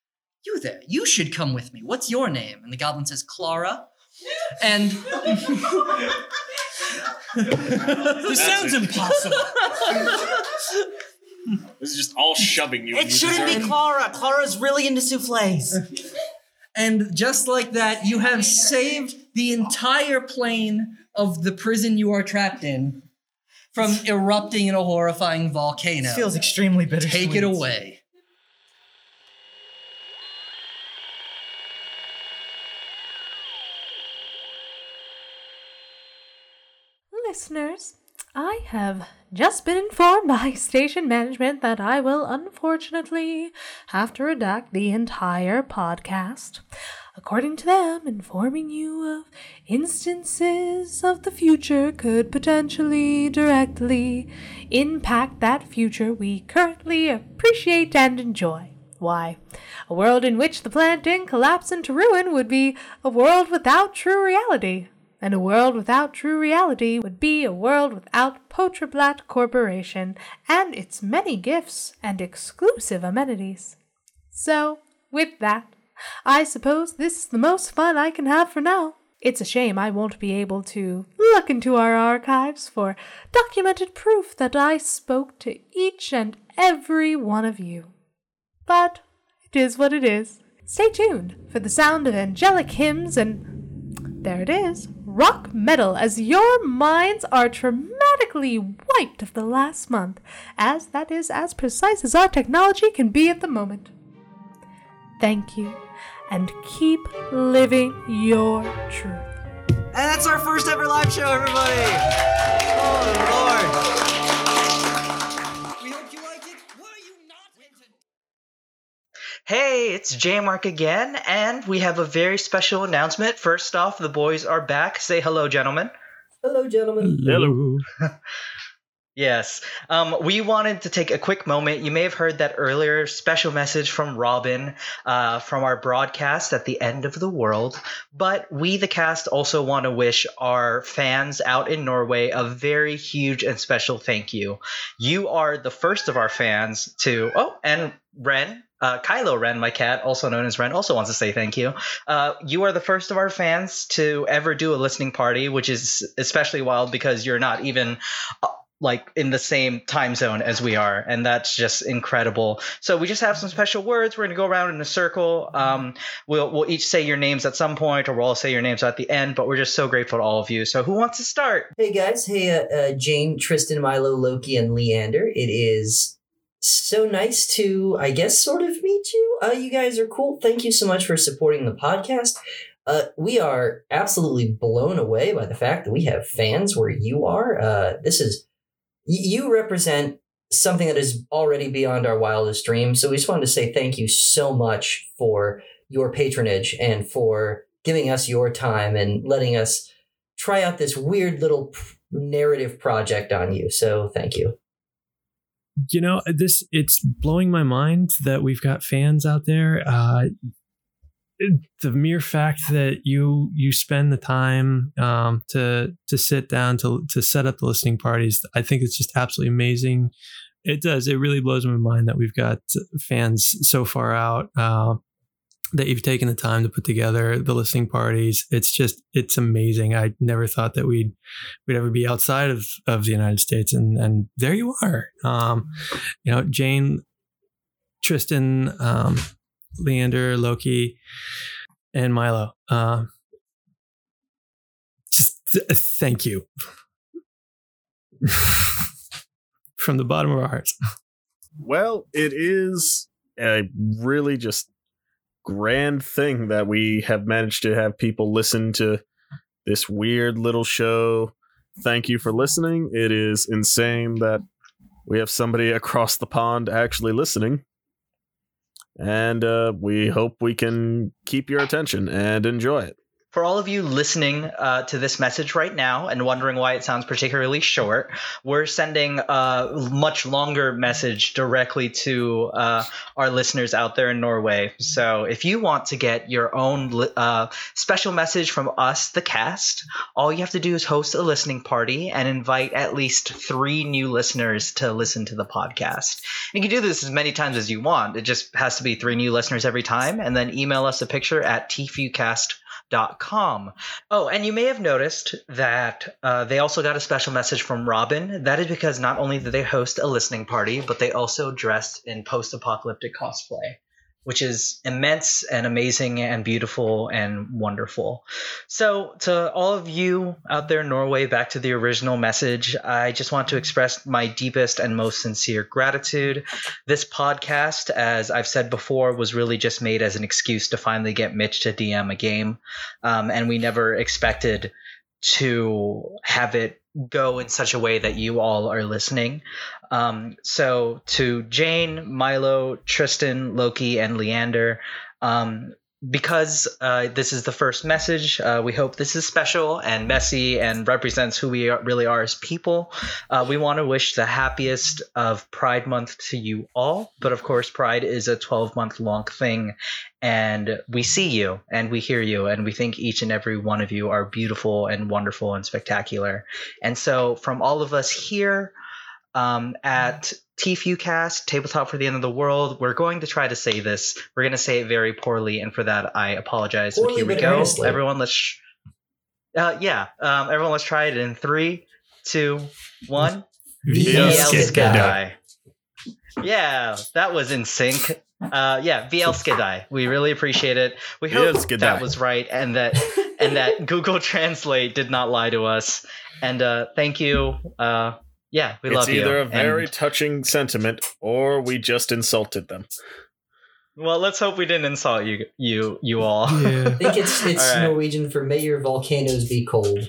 D: "You there? You should come with me. What's your name?" And the goblin says, "Clara." And
E: This sounds impossible.
F: This is just all shoving you.
H: it shouldn't be Clara. Clara's really into souffles.
D: and just like that, you have saved the entire plane of the prison you are trapped in from erupting in a horrifying volcano.
H: This feels extremely bitter.
D: Take it away.
B: Listeners, I have just been informed by station management that I will unfortunately have to redact the entire podcast. According to them, informing you of instances of the future could potentially directly impact that future we currently appreciate and enjoy. Why? A world in which the planet didn't collapse into ruin would be a world without true reality. And a world without true reality would be a world without Potrablat Corporation and its many gifts and exclusive amenities. So, with that, I suppose this is the most fun I can have for now. It's a shame I won't be able to look into our archives for documented proof that I spoke to each and every one of you. But it is what it is. Stay tuned for the sound of angelic hymns and there it is. Rock metal, as your minds are dramatically wiped of the last month, as that is as precise as our technology can be at the moment. Thank you, and keep living your truth.
G: And that's our first ever live show, everybody. Oh, Lord.
D: We hope you liked it. Were you not?
A: Hey, it's J Mark again, and we have a very special announcement. First off, the boys are back. Say hello, gentlemen.
D: Hello, gentlemen.
F: Hello.
A: Yes. Um, we wanted to take a quick moment. You may have heard that earlier special message from Robin uh, from our broadcast at the end of the world. But we, the cast, also want to wish our fans out in Norway a very huge and special thank you. You are the first of our fans to. Oh, and Ren. Uh, Kylo Ren, my cat, also known as Ren, also wants to say thank you. Uh, you are the first of our fans to ever do a listening party, which is especially wild because you're not even uh, like in the same time zone as we are and that's just incredible so we just have some special words we're going to go around in a circle um, we'll, we'll each say your names at some point or we'll all say your names at the end but we're just so grateful to all of you so who wants to start
I: Hey guys, hey uh, uh, Jane, Tristan, Milo, Loki, and Leander. It is so nice to, I guess, sort of meet you. Uh, you guys are cool. Thank you so much for supporting the podcast. Uh, we are absolutely blown away by the fact that we have fans where you are. Uh, this is y- you represent something that is already beyond our wildest dreams. So we just wanted to say thank you so much for your patronage and for giving us your time and letting us try out this weird little p- narrative project on you. So thank you.
J: you know this it's blowing my mind that we've got fans out there uh it- the mere fact that you you spend the time um to to sit down to to set up the listening parties i think it's just absolutely amazing it does it really blows my mind that we've got fans so far out uh, that you've taken the time to put together the listening parties it's just it's amazing i never thought that we'd we'd ever be outside of of the united states and and there you are um you know jane tristan um leander loki and milo uh, just th- thank you from the bottom of our hearts
F: Well, it is a really just grand thing that we have managed to have people listen to this weird little show. Thank you for listening. It is insane that we have somebody across the pond actually listening. And uh, we hope we can keep your attention and enjoy it.
A: for all of you listening uh, to this message right now and wondering why it sounds particularly short we're sending a much longer message directly to uh, our listeners out there in norway so if you want to get your own li- uh, special message from us the cast all you have to do is host a listening party and invite at least three new listeners to listen to the podcast. You can do this as many times as you want. It just has to be three new listeners every time, and then email us a picture at tfucast.com. Oh, and you may have noticed that uh, they also got a special message from Robin. That is because not only did they host a listening party, but they also dressed in post apocalyptic cosplay. Which is immense and amazing and beautiful and wonderful. So, to all of you out there in Norway, back to the original message, I just want to express my deepest and most sincere gratitude. This podcast, as I've said before, was really just made as an excuse to finally get Mitch to DM a game. Um, and we never expected to have it go in such a way that you all are listening. Um, so, to Jane, Milo, Tristan, Loki, and Leander, um, because uh, this is the first message, uh, we hope this is special and messy and represents who we are, really are as people. Uh, we want to wish the happiest of Pride Month to you all. But of course, Pride is a 12 month long thing. And we see you and we hear you. And we think each and every one of you are beautiful and wonderful and spectacular. And so, from all of us here, um, at TFUcast, Tabletop for the End of the World. We're going to try to say this. We're going to say it very poorly, and for that, I apologize.
I: Poorly,
A: but here
I: but
A: we go.
I: earnestly.
A: Everyone, let's. Sh- uh, yeah, um, everyone, let's try it in three, two, one.
I: VL
A: VL
I: Skid
A: Skidai. Yeah, that was in sync. Uh, yeah, VL Skidai. We really appreciate it. We
F: VL
A: hope
F: Skidai.
A: that was right, and that and that Google Translate did not lie to us. And uh, thank you. Uh, yeah, we
F: it's
A: love you.
F: either a
A: And-
F: very touching sentiment or we just insulted them.
A: well, let's hope we didn't insult you, you, you all.
J: yeah
I: I think it's it's
A: All right.
I: Norwegian for may your volcanoes be cold.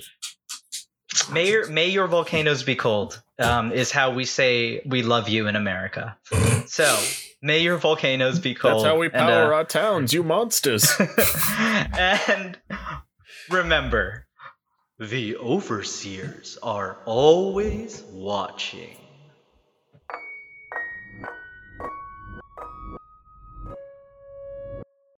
A: may your may your volcanoes be cold. Um, is how we say we love you in America. So May your volcanoes be cold.
F: That's how we
A: and,
F: power
A: uh,
F: our towns, you monsters.
A: and remember, the overseers are always watching.